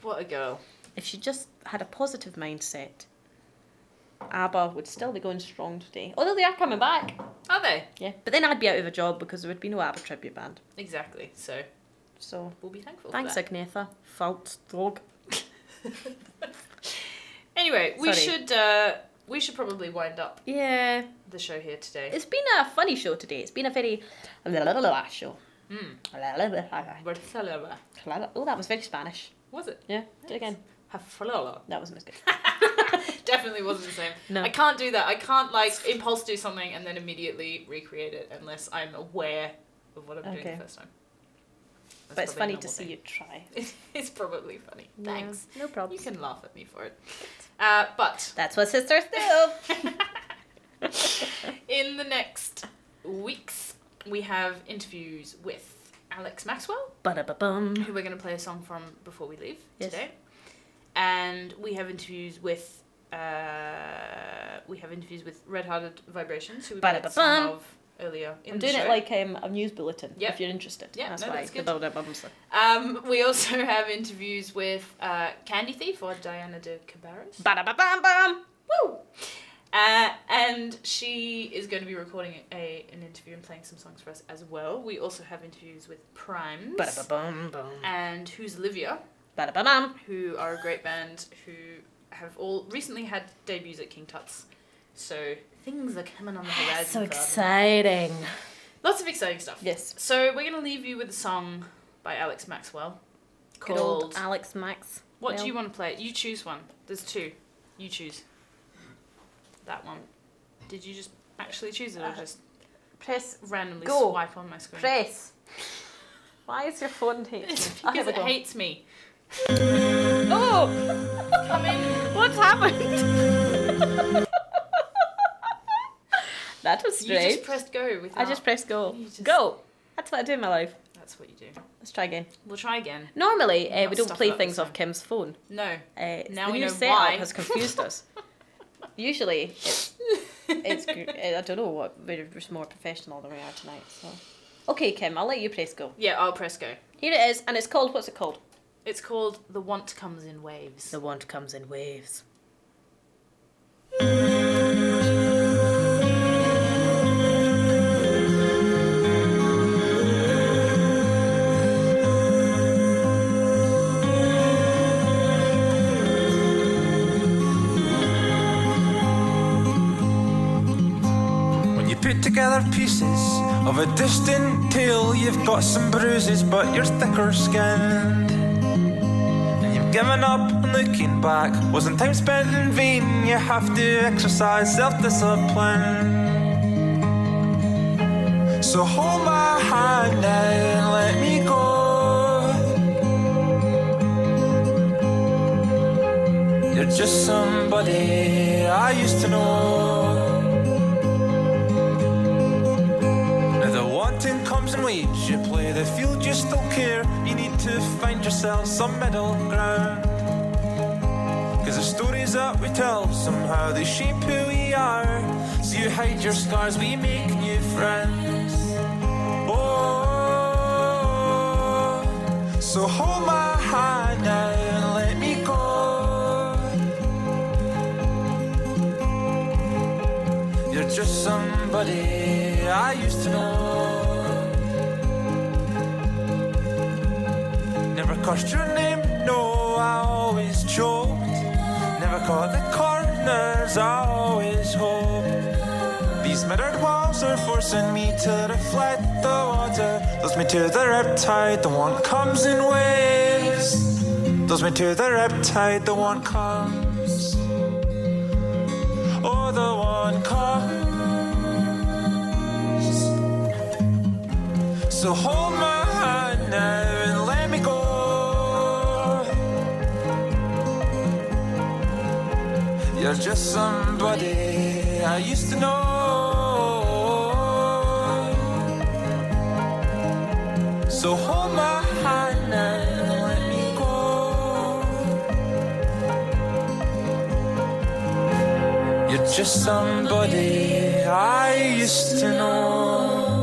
B: What a girl.
A: If she just had a positive mindset, ABBA would still be going strong today. Although they are coming back.
B: Are they?
A: Yeah. But then I'd be out of a job because there would be no ABBA tribute band.
B: Exactly. So
A: So
B: we'll be thankful.
A: thanks,
B: For that.
A: Agnetha. Falt dog.
B: Anyway, we
A: Sorry.
B: should uh, we should probably wind up
A: Yeah.
B: the show here today.
A: It's been a funny show today. It's been a very la la la la show.
B: Mm.
A: La la la la la.
B: Barcelona.
A: La la- Oh, that was very Spanish.
B: Was it?
A: Yeah, do it again.
B: Hafalala.
A: That wasn't as good.
B: [LAUGHS] Definitely wasn't the same.
A: No.
B: I can't do that. I can't like impulse do something and then immediately recreate it unless I'm aware of what I'm doing
A: Okay.
B: the first time. That's
A: but it's funny
B: probably
A: to
B: a normal
A: see
B: thing.
A: you try.
B: It's, [LAUGHS] it's probably funny. Thanks.
A: No problem.
B: You can laugh at
A: [LAUGHS]
B: me for it. Uh, but
A: That's what sisters do.
B: in the next weeks, we have interviews with Alex Maxwell,
A: Ba-da-ba-bum.
B: who we're going to play a song from before we leave
A: Yes.
B: today. And we have interviews with uh, we have interviews with Red Hearted Vibrations, who we played some
A: Ba-da-ba-bum.
B: of earlier in
A: I'm
B: the
A: doing
B: show.
A: it like um, a news bulletin,
B: Yeah.
A: if you're interested.
B: Yeah,
A: that's
B: no,
A: why
B: that's
A: the
B: good.
A: ba-da-bums.
B: Um, we also [LAUGHS] have interviews with uh, Candy Thief or Diana de Cabarrus.
A: Ba-da-ba-bum-bum.
B: Woo! Uh, and she is going to be recording a, an interview and playing some songs for us as well. We also have interviews with Primes
A: Ba-da-ba-bum-bum.
B: and Who's Olivia,
A: Ba-da-ba-bum.
B: who are a great band who have all recently had debuts at King Tut's. So things are coming on the horizon.
A: So
B: for them.
A: exciting.
B: Lots of exciting stuff.
A: Yes.
B: So we're going to leave you with a song by Alex Maxwell
A: Good old
B: called
A: Alex Max.
B: What
A: um, Well,
B: do you want to play? You choose one. There's two. You choose. That one. Did you just actually choose it or
A: Uh,
B: just
A: Press.
B: randomly
A: go.
B: swipe on my screen?
A: Press. Why is your phone
B: [LAUGHS] It's
A: hitting?
B: [LAUGHS] because
A: [LAUGHS]
B: it hates me.
A: [LAUGHS] Oh!
B: Come in.
A: What's happened? [LAUGHS] that was
B: You
A: strange.
B: just pressed go with
A: I just pressed go.
B: You just-
A: Go. That's what I do in my life.
B: That's what you do.
A: Let's try again.
B: We'll try again.
A: Normally, uh, we
B: Not
A: don't
B: stuff
A: play
B: about this
A: things off
B: one.
A: Kim's phone.
B: No.
A: Uh,
B: Now
A: the
B: we
A: new
B: know
A: setup
B: why. [LAUGHS]
A: has confused us. Usually, it's, [LAUGHS] it's gr- [LAUGHS] uh, I don't know what we're just more professional than we are tonight. So, okay, Kim, I'll let you press go.
B: Yeah, I'll press go.
A: Here it is, and it's called what's it called?
B: It's called The Want Comes in Waves.
A: The wand comes in waves.
D: When you put together pieces of a distant tale, you've got some bruises, but you're thicker skinned. And you've given up on looking back. Wasn't time spent in vain? You have to exercise self discipline. So hold my hand now and let me go. You're just somebody I used to know. Now the wanting comes in waves. You play the field, you still care. You need to find yourself some middle ground. Cause the stories that we tell somehow they shape who we are. So you hide your scars, we make new friends. Oh, so hold my hand now and let me go. You're just somebody I used to know. Never cursed your name, no, I always joked. Never caught the corners, I always hoped. These mirrored walls are forcing me to reflect the water. Throws me to the riptide, the one comes in waves. Throws me to the riptide, the one comes. Oh, the one comes. So hold my hand now and let me go. You're just somebody I used to know. So hold my hand now and let me go. You're just somebody I used to know.